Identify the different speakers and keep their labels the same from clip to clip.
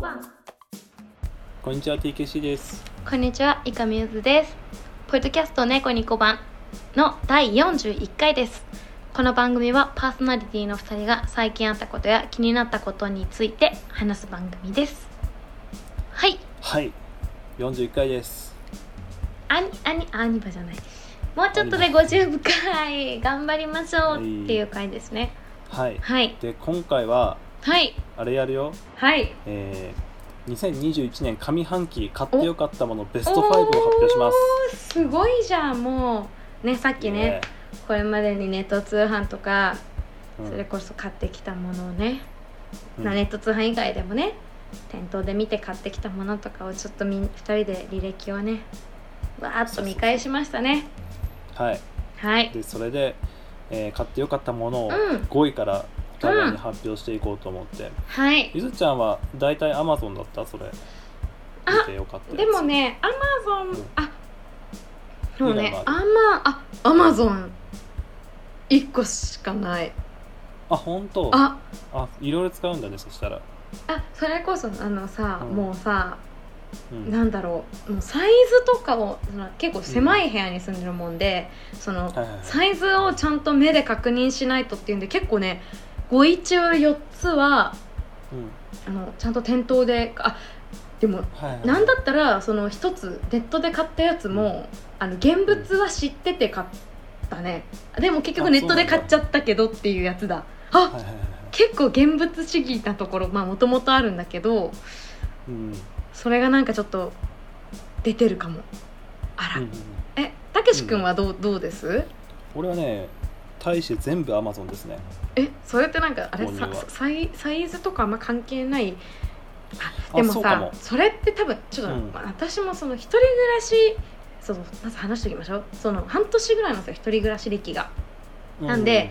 Speaker 1: 番
Speaker 2: こんにちは TKC です
Speaker 1: こんにちはイカミューズですポッドキャスト猫ニコ版の第41回ですこの番組はパーソナリティの2人が最近あったことや気になったことについて話す番組ですはい
Speaker 2: はい41回です
Speaker 1: アニアニアニバじゃないもうちょっとで50回頑張りましょうっていう回ですね
Speaker 2: はい
Speaker 1: はい
Speaker 2: で今回は
Speaker 1: はい
Speaker 2: あれやるよ
Speaker 1: はい
Speaker 2: えー、2021年上半期買ってよかったもの
Speaker 1: ベ
Speaker 2: ベスト5を発表します
Speaker 1: すすごいじゃんもうねさっきね、
Speaker 2: ね
Speaker 1: これまでにネット通販とか
Speaker 2: うん
Speaker 1: それこそ買ってきたものをね、
Speaker 2: うん
Speaker 1: まあネット通販以外でもね店頭で見て買ってきたものとかをちょっとみん2人で履歴をねわーっと見返しましたね
Speaker 2: はい
Speaker 1: はい
Speaker 2: でそれで、えー買ってよかったものを
Speaker 1: うん
Speaker 2: 5位からお互いに発表していこうと思って、
Speaker 1: はい
Speaker 2: ゆずちゃんは大体 Amazon だったそれ
Speaker 1: あ
Speaker 2: 見てよかったやつ
Speaker 1: でもねアマ
Speaker 2: う
Speaker 1: ゾン
Speaker 2: ん
Speaker 1: あでもね
Speaker 2: いいの
Speaker 1: ア
Speaker 2: が
Speaker 1: マあアマゾン1個しかない
Speaker 2: あ本当
Speaker 1: あ
Speaker 2: あいろいろ使うんだねそしたら、
Speaker 1: あそれこそあのさ、
Speaker 2: うん
Speaker 1: もうさ
Speaker 2: うん、
Speaker 1: なんだろうもうサイズとかをその結構狭い部屋に住んでるもんで、その
Speaker 2: はいはいはい
Speaker 1: サイズをちゃんと目で確認しないとっていうんで結構ね5位中4つは
Speaker 2: うん
Speaker 1: あのちゃんと店頭であでも
Speaker 2: はいはい
Speaker 1: なんだったらその1つネットで買ったやつも、あの現物は知ってて買ったねでも結
Speaker 2: あ
Speaker 1: 局ネットで
Speaker 2: そうなんだ
Speaker 1: 買っちゃったけどっていうやつだ
Speaker 2: は
Speaker 1: あ
Speaker 2: いはいはい
Speaker 1: 結構現物主義なところまあもともとあるんだけど
Speaker 2: うん
Speaker 1: それがなんかちょっと出てるかもあら、
Speaker 2: うんうんうん
Speaker 1: えたけし君はどうどうです
Speaker 2: 俺はね大して全部 Amazon ですね
Speaker 1: えそれってなんかあれ
Speaker 2: 購入
Speaker 1: さ
Speaker 2: は
Speaker 1: サイサイズとかあんま関係ないあ
Speaker 2: あ
Speaker 1: でも
Speaker 2: そうか
Speaker 1: さ
Speaker 2: も
Speaker 1: それって多分ちょっと、
Speaker 2: うん
Speaker 1: 私もその一人暮らしそのまず話しておきましょうその半年ぐらいなんですよ一人暮らし歴がなんで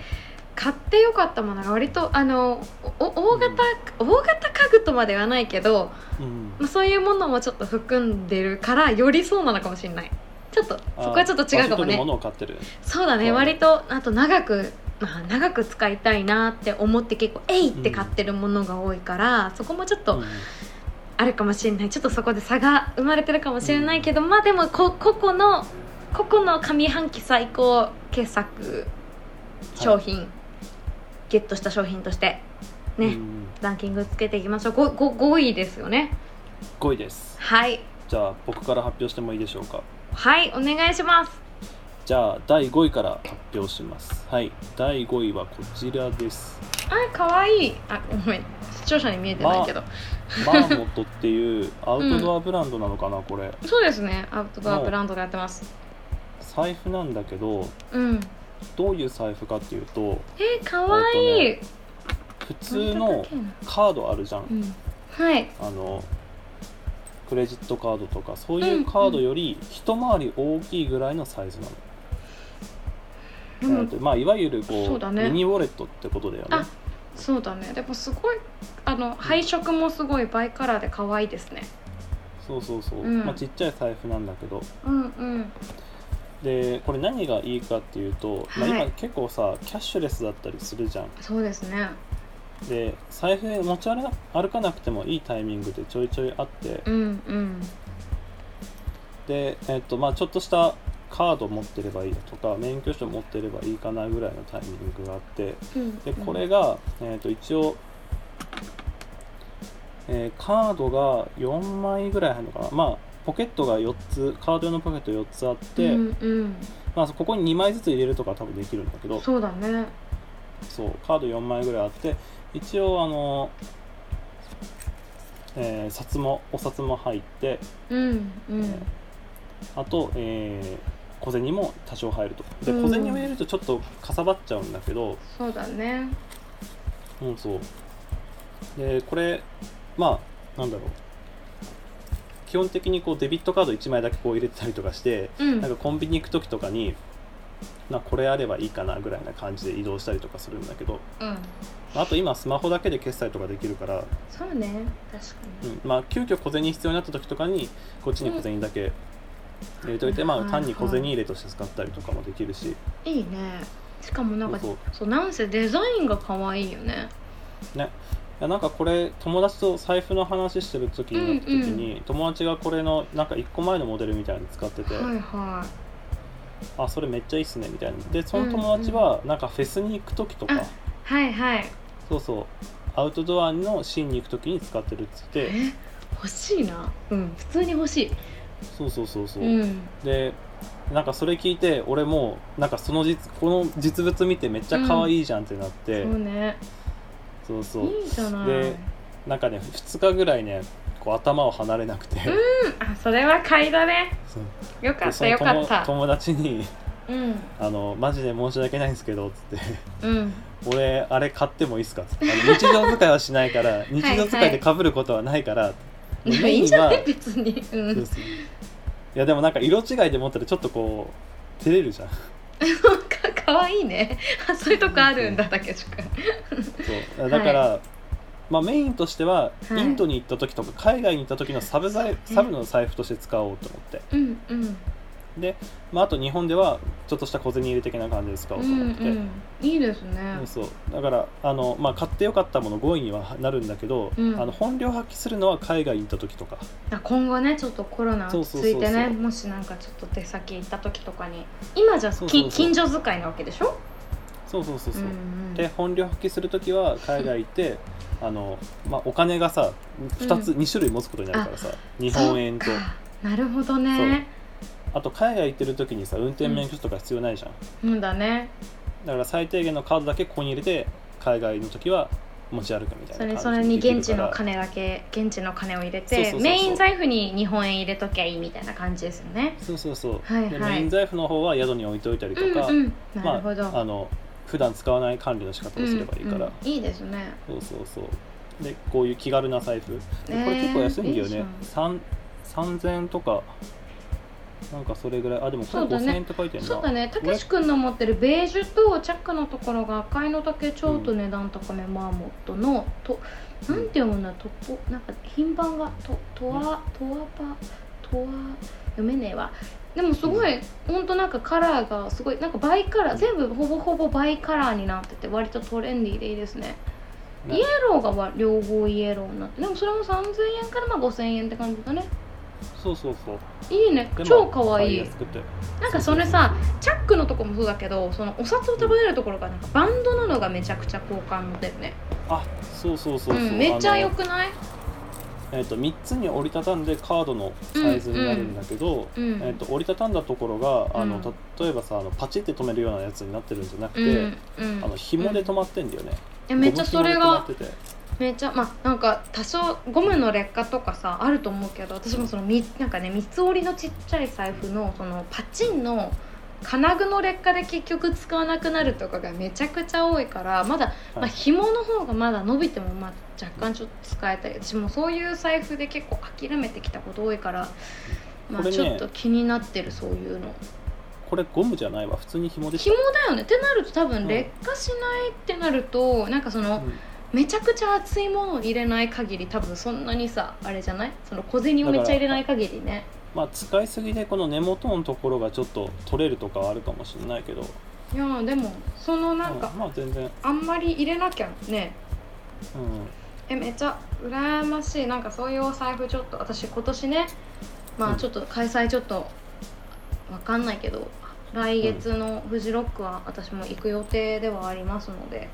Speaker 1: 買ってよかったものが割とあのおお大型、大型家具とまではないけど、
Speaker 2: うんうん
Speaker 1: まあ、そういうものもちょっと含んでるからよりそうなのかもしれないちょっと
Speaker 2: あ
Speaker 1: そこはちょっと違うかも
Speaker 2: 場所取る
Speaker 1: ね
Speaker 2: ものを買ってる
Speaker 1: そうだね
Speaker 2: そう
Speaker 1: 割とあと長く、まあ、長く使いたいなって思って結構「えい!」って買ってるものが多いから、そこもちょっ
Speaker 2: う
Speaker 1: と
Speaker 2: ん
Speaker 1: あるかもしれないちょっとそこで差が生まれてるかもしれないけど、まあでもこ個々の個々の上半期最高傑作商品、ゲットした商品としてね、
Speaker 2: うん
Speaker 1: ランキングつけていきましょう 5, 5位ですよね
Speaker 2: 5位です
Speaker 1: はい
Speaker 2: じゃあ僕から発表してもいいでしょうか
Speaker 1: はいお願いします
Speaker 2: じゃあ第5位から発表しますはい第5位はこち らです
Speaker 1: あかわいいあごめん視聴者に見えてないけど、
Speaker 2: マーモットっていうアウトドアブランドなのかな、これ
Speaker 1: そうですねアウトドアブランドがやってます
Speaker 2: 財布なんだけど
Speaker 1: うん
Speaker 2: どういう財布かっていうと
Speaker 1: えー、かわいい、
Speaker 2: 普通のカードあるじゃん、
Speaker 1: うんはい
Speaker 2: あのクレジットカードとかそういうカードより一回り大きいぐらいのサイズなの、
Speaker 1: で
Speaker 2: な
Speaker 1: も
Speaker 2: のでまあ、いわゆるこ
Speaker 1: そううだね
Speaker 2: ミニウォレットってことだよね
Speaker 1: あそうだねでもすごいあの配色もすごいバイカラーで可愛いですね
Speaker 2: そうそうそう、
Speaker 1: うん
Speaker 2: まあ、ちっちゃい財布なんだけど
Speaker 1: うんうん
Speaker 2: でこれ何がいいかっていうと、
Speaker 1: は
Speaker 2: まあ、
Speaker 1: い
Speaker 2: 今結構さキャッシュレスだったりするじゃん
Speaker 1: そうですね
Speaker 2: で財布持ち歩歩かなくてもいいタイミングでちょいちょいあって
Speaker 1: うんうん
Speaker 2: で、えっとまあ、ちょっとしたカード持ってればいいとか免許証持ってればいいかなぐらいのタイミングがあって
Speaker 1: うん
Speaker 2: でこれが、えー、と一応、えーカードが4枚ぐらい入るのかな、まあ、ポケットが4つカード用のポケット4つあって、
Speaker 1: うんうん
Speaker 2: まあ、ここに2枚ずつ入れるとか多分できるんだけど
Speaker 1: そうだね
Speaker 2: そうカード4枚ぐらいあって一応あの、えー札もお札も入って
Speaker 1: うんうん、
Speaker 2: ねあと、えー小銭も多少入るとで
Speaker 1: うん
Speaker 2: 小銭を入れるとちょっとかさばっちゃうんだけど、
Speaker 1: そうだね
Speaker 2: うん、そう。で、これ、まあ、なんだろう。基本的にこうデビットカード1枚だけこう入れてたりとかして、
Speaker 1: うん
Speaker 2: なんかコンビニ行く時とかに、まあ、これあればいいかなぐらいな感じで移動したりとかするんだけど、
Speaker 1: うん
Speaker 2: まああと今スマホだけで決済とかできるから、
Speaker 1: そうね確か
Speaker 2: う
Speaker 1: に
Speaker 2: んまあ、急遽小銭必要になった時とかにこっちに小銭だけ入れといて、
Speaker 1: うん
Speaker 2: ま
Speaker 1: は
Speaker 2: あ、
Speaker 1: い
Speaker 2: 単に小銭入れとして使ったりとかもできるし、
Speaker 1: いいねしかもなんか
Speaker 2: そう
Speaker 1: そうなんせデザインが可愛いよね
Speaker 2: やなんかこれ友達と財布の話してる時になった時に、友達がこれのなんか1個前のモデルみたいなの使ってて、
Speaker 1: はいは
Speaker 2: あそれめっちゃいいっすねみたいなでその友達はなんかフェスに行く時とか、
Speaker 1: あいはいはい
Speaker 2: そうそうアウトドアのシーンに行く時に使ってるっつって
Speaker 1: え欲しいなうん普通に欲しい
Speaker 2: そうそうそうそう、
Speaker 1: うん
Speaker 2: でなんかそれ聞いて俺もなんかその実この実物見てめっちゃ可愛いじゃんってなって、
Speaker 1: そうね
Speaker 2: そうそう
Speaker 1: いいじゃない
Speaker 2: でなんかね2日ぐらいねこう頭を離れなくて、
Speaker 1: あそれは買いだね
Speaker 2: そう
Speaker 1: よか
Speaker 2: で
Speaker 1: っ
Speaker 2: そ
Speaker 1: た
Speaker 2: の
Speaker 1: よか
Speaker 2: 友
Speaker 1: った
Speaker 2: 友達に
Speaker 1: うん
Speaker 2: あの「マジで申し訳ないんですけど」っつって
Speaker 1: うん
Speaker 2: 「俺あれ買ってもいいっすか」っつってあの日常使いはしな いから日常使いで被ることはないから」
Speaker 1: い
Speaker 2: メイ
Speaker 1: い
Speaker 2: ン
Speaker 1: んじゃ
Speaker 2: は
Speaker 1: ね別にう
Speaker 2: そうんそういやでもなんか色違いで持ったらちょっとこう照れるじゃんそ
Speaker 1: なんかかわいいねあそういうとこあるんだだけしか
Speaker 2: うだから、まあ、メインとしては、
Speaker 1: はい
Speaker 2: インドに行った時とか海外に行った時のサブ財サブの財布として使おうと思って、
Speaker 1: うんうん
Speaker 2: まあ、あと日本ではちょっとした小銭入れ的な感じで使おう
Speaker 1: う
Speaker 2: と思
Speaker 1: ん
Speaker 2: っ
Speaker 1: う
Speaker 2: て、
Speaker 1: んいいです
Speaker 2: う
Speaker 1: ね
Speaker 2: んそうだからあの、まあ、買ってよかったもの5位にはなるんだけど、
Speaker 1: うん
Speaker 2: あの本領発揮するのは海外に行った時とか
Speaker 1: あ今後ねちょっとコロナ落ち着いてね
Speaker 2: そうそうそうそう
Speaker 1: もしなんかちょっと出先行った時とかに今じゃ
Speaker 2: そうそうそう
Speaker 1: き近所使いなわけでしょ
Speaker 2: そうそうそうそうう、
Speaker 1: んう
Speaker 2: で
Speaker 1: ん
Speaker 2: 本領発揮する時は海外行ってあの、まあ、お金がさ2つ、二種類持つことになるからさ日本円と
Speaker 1: そうかなるほどね
Speaker 2: あと海外行ってる時にさ運転免許証とか必要ないじゃん、
Speaker 1: うんだね
Speaker 2: だから最低限のカードだけここに入れて海外の時は持ち歩くみたい
Speaker 1: それ
Speaker 2: な
Speaker 1: そ
Speaker 2: 感
Speaker 1: れ
Speaker 2: じ
Speaker 1: に
Speaker 2: でで
Speaker 1: 現
Speaker 2: き
Speaker 1: 地
Speaker 2: るか
Speaker 1: の
Speaker 2: ら
Speaker 1: 金だけ現地の金を入れ
Speaker 2: そうそう
Speaker 1: て
Speaker 2: そうそう
Speaker 1: メイン財布に日本円入れときゃいいみたいな感じですよね
Speaker 2: そうそうそう、
Speaker 1: はいはい
Speaker 2: でメイン財布の方は宿に置いといたりとか、
Speaker 1: うんうんな
Speaker 2: ま
Speaker 1: るほど、
Speaker 2: あ、あの普段使わない管理の仕方をすればいいから、
Speaker 1: うんうんいいですね
Speaker 2: そうそうそうでこういう気軽な財布でこれ結構安いんだよ
Speaker 1: えーい
Speaker 2: ね
Speaker 1: い、
Speaker 2: 三3000円とかなんかそれぐらいあでもこれ
Speaker 1: そうだね
Speaker 2: 5000円って書いてるな
Speaker 1: そうだねたけし君の持ってるベージュとチャックのところが赤いのだけちょっと値段高め、マーモットのと
Speaker 2: うん
Speaker 1: なんて読むんだトップなんか品番がととわとわパとわ読めねえわでもすごい、ほんとなんかカラーがすごいなんかバイカラー全部ほぼほぼバイカラーになってて割とトレンディーでいいですね
Speaker 2: ね
Speaker 1: イエローがわ両方イエローになってでもそれも3000円からまあ5000円って感じだね
Speaker 2: そうそうそう
Speaker 1: いいね
Speaker 2: でも
Speaker 1: 超かわ
Speaker 2: 買
Speaker 1: いい
Speaker 2: 安くて
Speaker 1: なんかそれさチャックのとこもそうだけどそのお札を束ねるところがなんかバンドなのがめちゃくちゃ好感だよね
Speaker 2: あそうそうそうそう、
Speaker 1: ん、めっちゃ
Speaker 2: あ
Speaker 1: 良
Speaker 2: の
Speaker 1: くない
Speaker 2: えっと3つに折りたたんでカードのサイズになるんだけど、
Speaker 1: うんうんうん
Speaker 2: えっと折りたたんだところがあの、
Speaker 1: うん
Speaker 2: 例えばさあのパチって止めるようなやつになってるんじゃなく
Speaker 1: う
Speaker 2: て、
Speaker 1: んうん
Speaker 2: あの紐で止まってんだよね、
Speaker 1: いやめっちゃそれが
Speaker 2: ゴム紐で止まってて
Speaker 1: めっちゃまあなんか多少ゴムの劣化とかさあると思うけど私もそのみなんかね三つ折りのちっちゃい財布のそのパチンの金具の劣化で結局使わなくなるとかがめちゃくちゃ多いからまだ、まあ、紐の方がまだ伸びてもまあ若干ちょっと使えたり私もそういう財布で結構諦めてきたこと多いから、まあ、
Speaker 2: これね
Speaker 1: ちょっと気になってるそういうの
Speaker 2: これゴムじゃないわ普通に紐でし
Speaker 1: 紐だよねってなると多
Speaker 2: う
Speaker 1: 分
Speaker 2: ん
Speaker 1: 劣化しないってなるとなんかそ
Speaker 2: た、
Speaker 1: の
Speaker 2: うん
Speaker 1: めちゃくちゃ熱いものを入れない限り多分そんなにさあれじゃないその小銭をめっちゃ入れない限りね
Speaker 2: まあ使いすぎでこの根元のところがちょっと取れるとかはあるかもしれないけど
Speaker 1: いやでもそのなんか
Speaker 2: うんまあ全然、
Speaker 1: あんまり入れなきゃね
Speaker 2: う
Speaker 1: え
Speaker 2: ん、
Speaker 1: めっちゃ羨ましいなんかそういうお財布ちょっと私今年ねま
Speaker 2: う
Speaker 1: あ
Speaker 2: ん
Speaker 1: ちょっと開催ちょっとわかんないけど来月のフジロックは私も行く予定ではありますので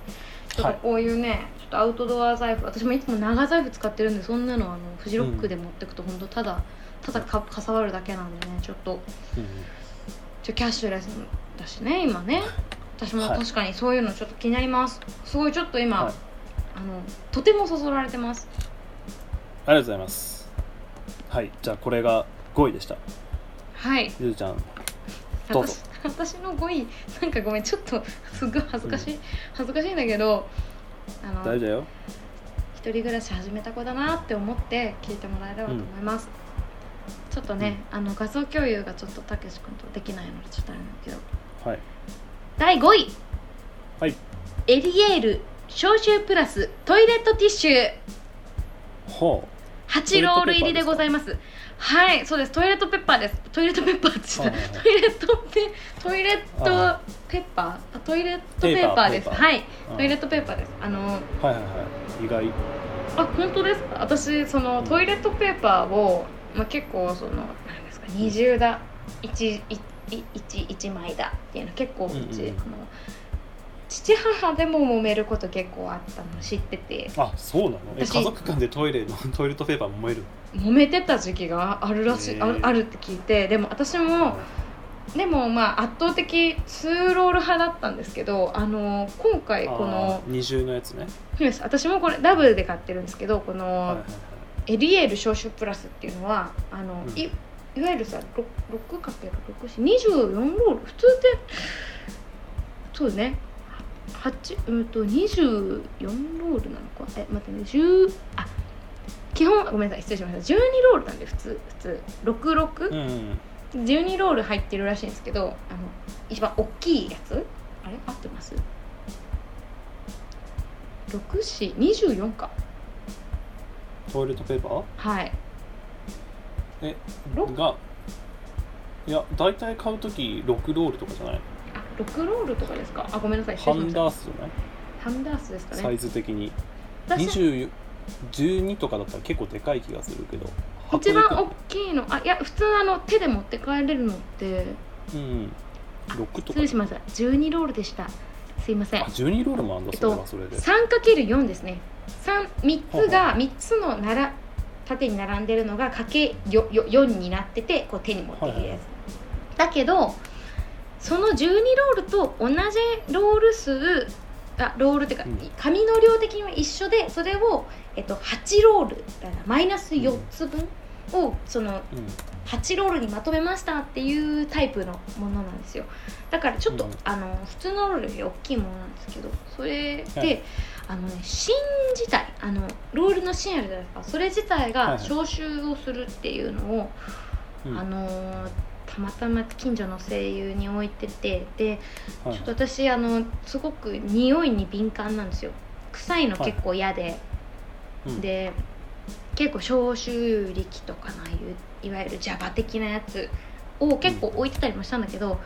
Speaker 1: ちょっ
Speaker 2: は
Speaker 1: と
Speaker 2: い
Speaker 1: こういうね、ちょっとアウトドア財布私もいつも長財布使ってるんでそんなのあのフジロックで持ってくと本当ただただかかさばるだけなんでねちょっとちょキャッシュレスだしね今ね私も確かにそういうのちょっと気になります、すごいちょっと今、
Speaker 2: はい
Speaker 1: あのとてもそそられてます
Speaker 2: ありがとうございますはいじゃあこれが5位でした
Speaker 1: はい
Speaker 2: ゆずちゃんどうぞ
Speaker 1: 私私の5位なんかごめんちょっとすっごい恥ずかしい、恥ずかしいんだけどあの
Speaker 2: 大丈夫だよ
Speaker 1: 一人暮らし始めた子だなって思って聞いてもらえればと思います、ちょっとね、あの画像共有がちょっとたけし君とできないのでちょっとあれなんだけど
Speaker 2: はい
Speaker 1: 第5位
Speaker 2: はい
Speaker 1: エリエール消臭プラストイレットティッシュ
Speaker 2: ほう
Speaker 1: 8ロール入りでございますはいそうですトイレットペッパーですトイレットペッパーって言っ
Speaker 2: はい
Speaker 1: た
Speaker 2: はいはい
Speaker 1: トイレットペトイレット
Speaker 2: あ
Speaker 1: ペッパーあトイレットペーパーです
Speaker 2: ペーパーペーパー
Speaker 1: はい
Speaker 2: うん
Speaker 1: トイレットペーパーですあの
Speaker 2: はいはいはい意外
Speaker 1: あ本当ですか私そのトイレットペーパーを、まあ、結構その何ですか二重だ一一一一枚だっていうの結構うち、
Speaker 2: うんうんうん
Speaker 1: あの父母でも揉めること結構あったの知ってて
Speaker 2: あそうなのえ
Speaker 1: 私
Speaker 2: 家族間でトイレの トイレットペーパー燃える
Speaker 1: 揉めてた時期があるらしい、
Speaker 2: へー
Speaker 1: ああるって聞いてでも私も
Speaker 2: の
Speaker 1: でもまあ圧倒的ツーロール派だったんですけどあの今回こ
Speaker 2: あ
Speaker 1: の
Speaker 2: ー二重のやつね
Speaker 1: そうです私もこれダブルで買ってるんですけどこ
Speaker 2: はいはい
Speaker 1: の
Speaker 2: はい
Speaker 1: エリエール消臭プラスっていうのはあの、
Speaker 2: うん
Speaker 1: いいわゆるさ 6×624 ロール普通ってそうね8うんと24ロールなのかえ待ってね10あ基本ごめんなさい失礼しました12ロールなんで普通普通66、
Speaker 2: うんうん
Speaker 1: 12ロール入ってるらしいんですけどあの一番大きいやつあれ合ってます ?624 か
Speaker 2: トイレットペーパー
Speaker 1: はいろ
Speaker 2: がいや大体買う時6ロールとかじゃない
Speaker 1: あ6ロールとかですかあごめんなさい失
Speaker 2: ハ
Speaker 1: 礼しま
Speaker 2: ン
Speaker 1: した
Speaker 2: ダースじゃない
Speaker 1: ハンダースですか
Speaker 2: サ
Speaker 1: ね
Speaker 2: イズ的に
Speaker 1: 私
Speaker 2: 20 12とかだったら結構でかい気がするけど
Speaker 1: 一番
Speaker 2: 箱
Speaker 1: 大きいのあいや普通あの手で持って帰れるのって
Speaker 2: でうん6
Speaker 1: 失
Speaker 2: とか
Speaker 1: 礼しました12ロールでしたすいません
Speaker 2: あ12ロールもあんだ
Speaker 1: えっ
Speaker 2: それ
Speaker 1: と
Speaker 2: はそれで、
Speaker 1: 3×4 ですね三三
Speaker 2: ほう
Speaker 1: つが三つのなら縦に並んでるのがかけよよ4になっててこう手に持ってくるやつだけどその12ロールと同じロール数あロールっていうか、
Speaker 2: うん
Speaker 1: 紙の量的には一緒でそれを、えっと、8ロールだからマイナス4つ分をその
Speaker 2: うん、
Speaker 1: 8ロールにまとめましたっていうタイプのものなんですよだからちょっと、
Speaker 2: うん
Speaker 1: あの普通のロールより大きいものなんですけどそれで、
Speaker 2: はい
Speaker 1: あのね芯自体あのロールの芯あるじゃないですかそれ自体
Speaker 2: はいは
Speaker 1: が
Speaker 2: い
Speaker 1: 消臭をするっていうのを、
Speaker 2: うん
Speaker 1: あのーたまたま近所の声優に置いててで
Speaker 2: は
Speaker 1: ちょっ
Speaker 2: い
Speaker 1: と私あのすごく匂いに敏感なんですよ臭いの結構嫌で、
Speaker 2: うん
Speaker 1: で結構消臭力とかのああいういわゆるジャバ的なやつを結構置いてたりもしたんだけど、
Speaker 2: はい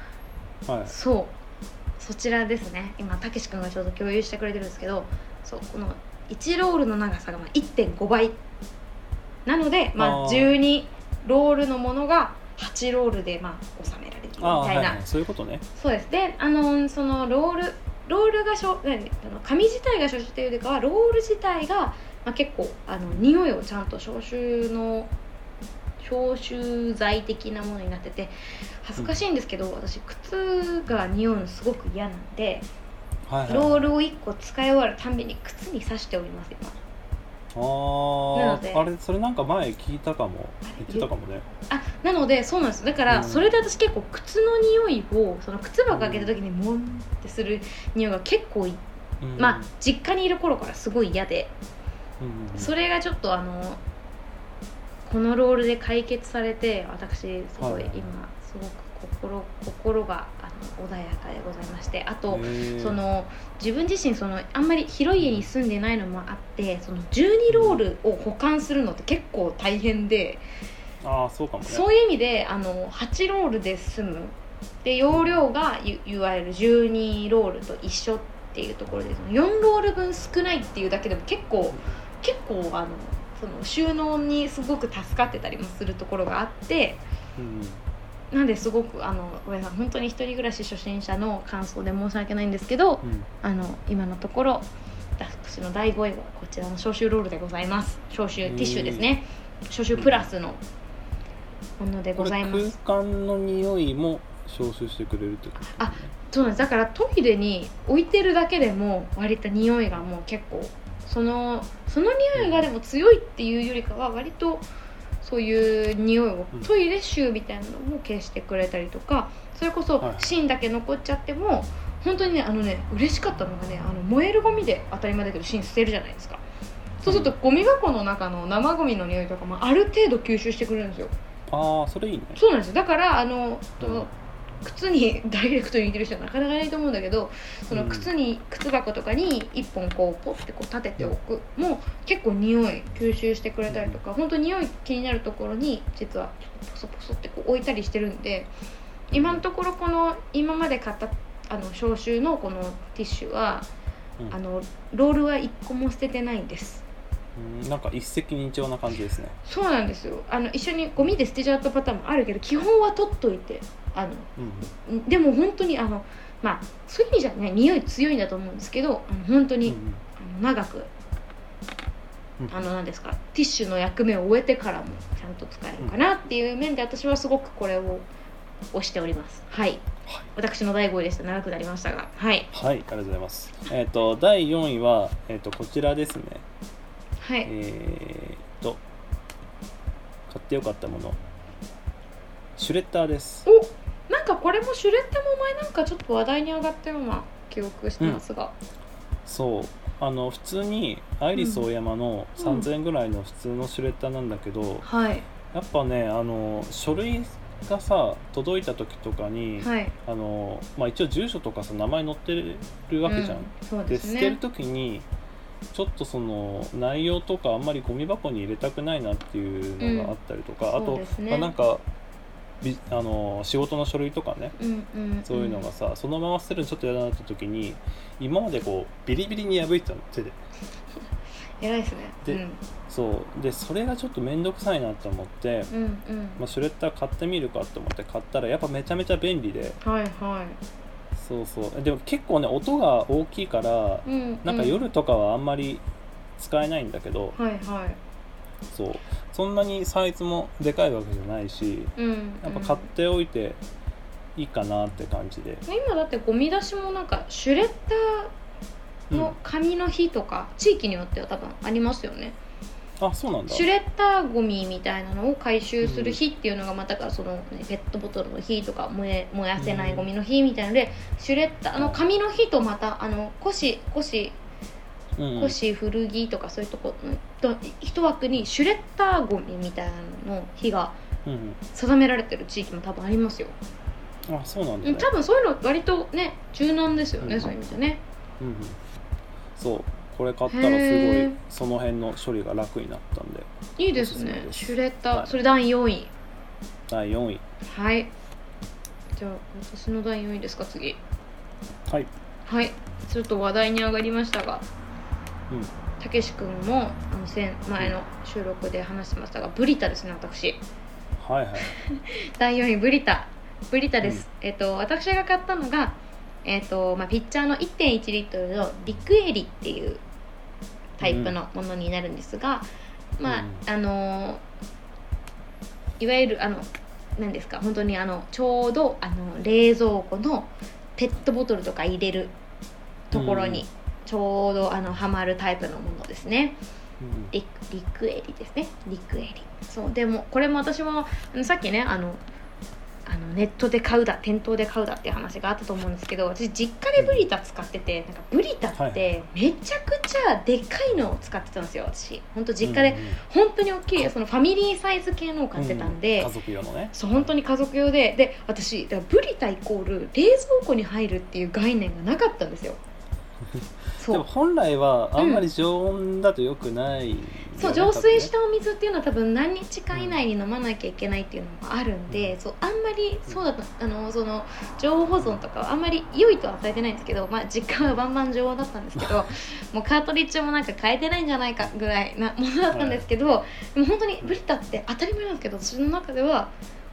Speaker 1: そうそちらですね今たけし君がちょうど共有してくれてるんですけどそうこの1ロールの長さがまあ1.5倍なので、ま
Speaker 2: あ
Speaker 1: あ、
Speaker 2: ー
Speaker 1: 12ロールのものが8ロールでまあ収められてるみたいな
Speaker 2: あ、はいはい、そういうことね
Speaker 1: そうですであのそのロールロールがしょ何あの紙自体が消臭というよりかはロール自体が、まあ、結構あの匂いをちゃんと消臭の消臭剤的なものになってて恥ずかしいんですけど、私靴が匂うのすごく嫌なんで
Speaker 2: はいはい
Speaker 1: ロールを1個使い終わるたんびに靴に刺しております今な
Speaker 2: あ
Speaker 1: ので
Speaker 2: ーあれそれなんか前聞いたかも言ってたかもね
Speaker 1: あなのでそうなんですだか
Speaker 2: う
Speaker 1: ら
Speaker 2: ん
Speaker 1: それで私結構靴の匂いをその靴箱開けた時にモンってする匂いが結構い
Speaker 2: うん
Speaker 1: まあ実家にいる頃からすごい嫌で
Speaker 2: うんうん
Speaker 1: それがちょっとあのこのロールで解決されて私すご
Speaker 2: はいい
Speaker 1: 今すごく心心があの穏やかでございましてあと
Speaker 2: へー
Speaker 1: その自分自身そのあんまり広い家に住んでないのもあってその12ロールを保管するのって結構大変で
Speaker 2: ああそうかもね
Speaker 1: そういう意味であの8ロールで済むで容量がいいわゆる12ロールと一緒っていうところでその4ロール分少ないっていうだけでも結構結構あのその収納にすごく助かってたりもするところがあって
Speaker 2: うん
Speaker 1: なんですごくあのごめんなさい本当に一人暮らし初心者の感想で申し訳ないんですけど
Speaker 2: うん
Speaker 1: あの今のところ私の第5位はこちらの消臭ロールでございます消臭ティッシュですね消臭プラスのもので
Speaker 2: こ
Speaker 1: ご
Speaker 2: れ
Speaker 1: ざいます
Speaker 2: 空間の匂いも消臭してくれるってことだよね
Speaker 1: そうなんですだからトイレに置いてるだけでも割と匂いがもう結構そのその匂いがでも強いっていうよりかは割とそういう匂いを
Speaker 2: うん
Speaker 1: トイレ臭みたいなのも消してくれたりとかそれこそ
Speaker 2: はい
Speaker 1: 芯だけ残っちゃっても本当にねあのね嬉しかったのがねあの燃えるゴミで当たり前だけど芯捨てるじゃないですかそうするとゴミ箱の中の生ゴミの匂いとかもある程度吸収してくれるんですよ
Speaker 2: ああそれいいね
Speaker 1: そうなんですよだからあの、と
Speaker 2: うん
Speaker 1: 靴にダイレクトに入れる人はなかなかいないと思うんだけどその
Speaker 2: うん
Speaker 1: 靴に、靴箱とかに1本こうポッてこう立てておくも結構匂い吸収してくれたりとか、本当に匂い気になるところに実はポソポソってこう置いたりしてるんで今のところこの今まで買ったあの消臭のこのティッシュは、
Speaker 2: うん
Speaker 1: あのロールは1個も捨ててないんです
Speaker 2: うんなんか一石二鳥な感じですね
Speaker 1: そうなんですよあの一緒にゴミで捨てちゃったパターンもあるけど基本は取っといてあの
Speaker 2: うん
Speaker 1: でも本当にあのまあそういう意味じゃね匂い強いんだと思うんですけどあの本当
Speaker 2: うん
Speaker 1: に、
Speaker 2: うん
Speaker 1: あの長く
Speaker 2: うん
Speaker 1: あの何ですかティッシュの役目を終えてからもちゃんと使えるかなっていう面で私はすごくこれを推しておりますはい
Speaker 2: はい
Speaker 1: 私の第5位でした長くなりましたがはい
Speaker 2: はいありがとうございますえっ、と第4位は、えっとこちらですね
Speaker 1: はい
Speaker 2: えー、と買ってよかったものシュレッダーです
Speaker 1: おなんかこれもシュレッダーも前なんかちょっと話題に上がったような記憶してますが、
Speaker 2: そうあの普通にアイリスオーヤマの
Speaker 1: うん
Speaker 2: 3000円ぐらいの普通のシュレッダーなんだけど、
Speaker 1: はい
Speaker 2: やっぱねあの書類がさ届いた時とかに、
Speaker 1: はい
Speaker 2: あのまあ、一応住所とかさ名前載ってるわけじゃん、
Speaker 1: うそうで
Speaker 2: です捨てる
Speaker 1: ね
Speaker 2: 時にちょっとその内容とかあんまりゴミ箱に入れたくないなっていうのがあったりとか、
Speaker 1: うん
Speaker 2: あ
Speaker 1: そう
Speaker 2: と、
Speaker 1: ですね
Speaker 2: まあ、なんかびあの仕事の書類とかね
Speaker 1: うんうんん
Speaker 2: そういうのがさ、そのまま捨てるのちょっと嫌だなって時に今までこうビリビリに破いてたの手で
Speaker 1: 偉いですね
Speaker 2: で
Speaker 1: うん
Speaker 2: そうでそれがちょっと面倒くさいなと思って、
Speaker 1: うんうん、
Speaker 2: まあ、シュレッダー買ってみるかと思って買ったらやっぱめちゃめちゃ便利で
Speaker 1: はいはい
Speaker 2: そうそうでも結構ね音が大きいから
Speaker 1: うんう
Speaker 2: なんか夜とかはあんまり使えないんだけど、
Speaker 1: はいはい
Speaker 2: そうそんなにサイズもでかいわけじゃないし
Speaker 1: うん
Speaker 2: やっぱ買っ
Speaker 1: うん
Speaker 2: ておいていいかなって感じで、
Speaker 1: 今だってゴミ出しもなんかシュレッダー
Speaker 2: うん
Speaker 1: の紙の日とか、地域によっては多分ありますよね
Speaker 2: あそうなんだ
Speaker 1: シュレッダーゴミみたいなのを回収する日っていうのがまたからその、ね、ペットボトルの日とか燃え燃やせないゴミの日みたいので、シュレッダーあの紙の日とまたあの古紙古紙
Speaker 2: うんうん
Speaker 1: 古紙古着とかそういうとこのと一枠にシュレッダーゴミみたいなのの日が
Speaker 2: うん
Speaker 1: 定められてる地域も多分ありますよ、
Speaker 2: うんあそうなんだ
Speaker 1: う
Speaker 2: ね
Speaker 1: ん、多分そういうの割とね柔軟ですよね、
Speaker 2: うん
Speaker 1: そういう意味でね
Speaker 2: うんうん、そうこれ買ったら
Speaker 1: へ
Speaker 2: す
Speaker 1: ー
Speaker 2: ごいその辺の処理が楽になったんで
Speaker 1: いいです
Speaker 2: おす
Speaker 1: ね
Speaker 2: すめです
Speaker 1: シュレッダー、
Speaker 2: はい
Speaker 1: それ第4位
Speaker 2: 第4位
Speaker 1: はいじゃあ私の第4位ですか次
Speaker 2: はい
Speaker 1: はいちょっと話題に上がりましたが
Speaker 2: うん
Speaker 1: たけし君もあの先前の収録で話してましたがブリタですね私
Speaker 2: はいはい
Speaker 1: 第4位ブリタブリタです、えっと私が買ったのがえっとまあピッチャーの1.1リットルのリクエリっていうタイプのものになるんですが、まあ、
Speaker 2: うん
Speaker 1: あのいわゆるあの何ですか本当にあのちょうどあの冷蔵庫のペットボトルとか入れるところ
Speaker 2: う
Speaker 1: に
Speaker 2: ん
Speaker 1: ちょうどあのはまるタイプのものですね。
Speaker 2: うん
Speaker 1: リリクエリですねリクエリそうでもこれも私もあのさっきねあのあのネットで買うだ店頭で買うだっていう話があったと思うんですけど私実家でブリタ使っててなんかブリタってめちゃくちゃでかいのを使ってたんですよ私本当実家
Speaker 2: う
Speaker 1: で
Speaker 2: んうん
Speaker 1: 本当に大きいそのファミリーサイズ系のを買ってたんで、
Speaker 2: う家族用のね
Speaker 1: そう本当に家族用でで私だからブリタイコール冷蔵庫に入るっていう概念がなかったん ですよ
Speaker 2: で
Speaker 1: そ
Speaker 2: も
Speaker 1: う
Speaker 2: 本来はあんまり常温だと良くないよね、
Speaker 1: そう
Speaker 2: 多分ね
Speaker 1: 浄水したお水っていうのは多分何日間以内に飲まなきゃいけないっていうのもあるんで、
Speaker 2: うん
Speaker 1: そうあんまりそうだとあのその常温保存とかはあんまり良いとは与えてないんですけど、まあ、実家はバンバン常温だったんですけ どもうカートリッジもなんか変えてないんじゃないかぐらいなものだったんですけど、でも本当にブリタって当たり前なんですけど私の中では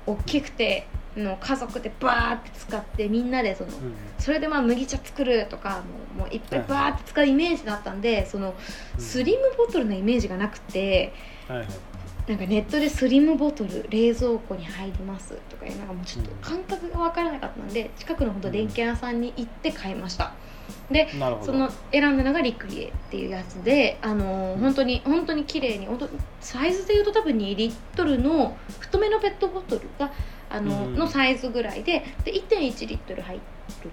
Speaker 1: 大きくての家族でバーって使ってみんなでその
Speaker 2: うん
Speaker 1: それでまあ麦茶作るとかもうもういっぱいバーって使うイメージだったんでその
Speaker 2: うん
Speaker 1: スリムボトルのイメージがなくて
Speaker 2: はいはい
Speaker 1: なんかネットでスリムボトル冷蔵庫に入りますとかいうなんかもうちょっと感覚が分からなかったんで近くのほんと電気屋さんに行って買いましたで
Speaker 2: なるほど
Speaker 1: その選んだのがリクリエっていうやつであのー本当に本当に綺麗に本当サイズでいうと多分2リットルの太めのペットボトルがあの,、
Speaker 2: うん
Speaker 1: のサイズぐらいでで1.1リットル入ってる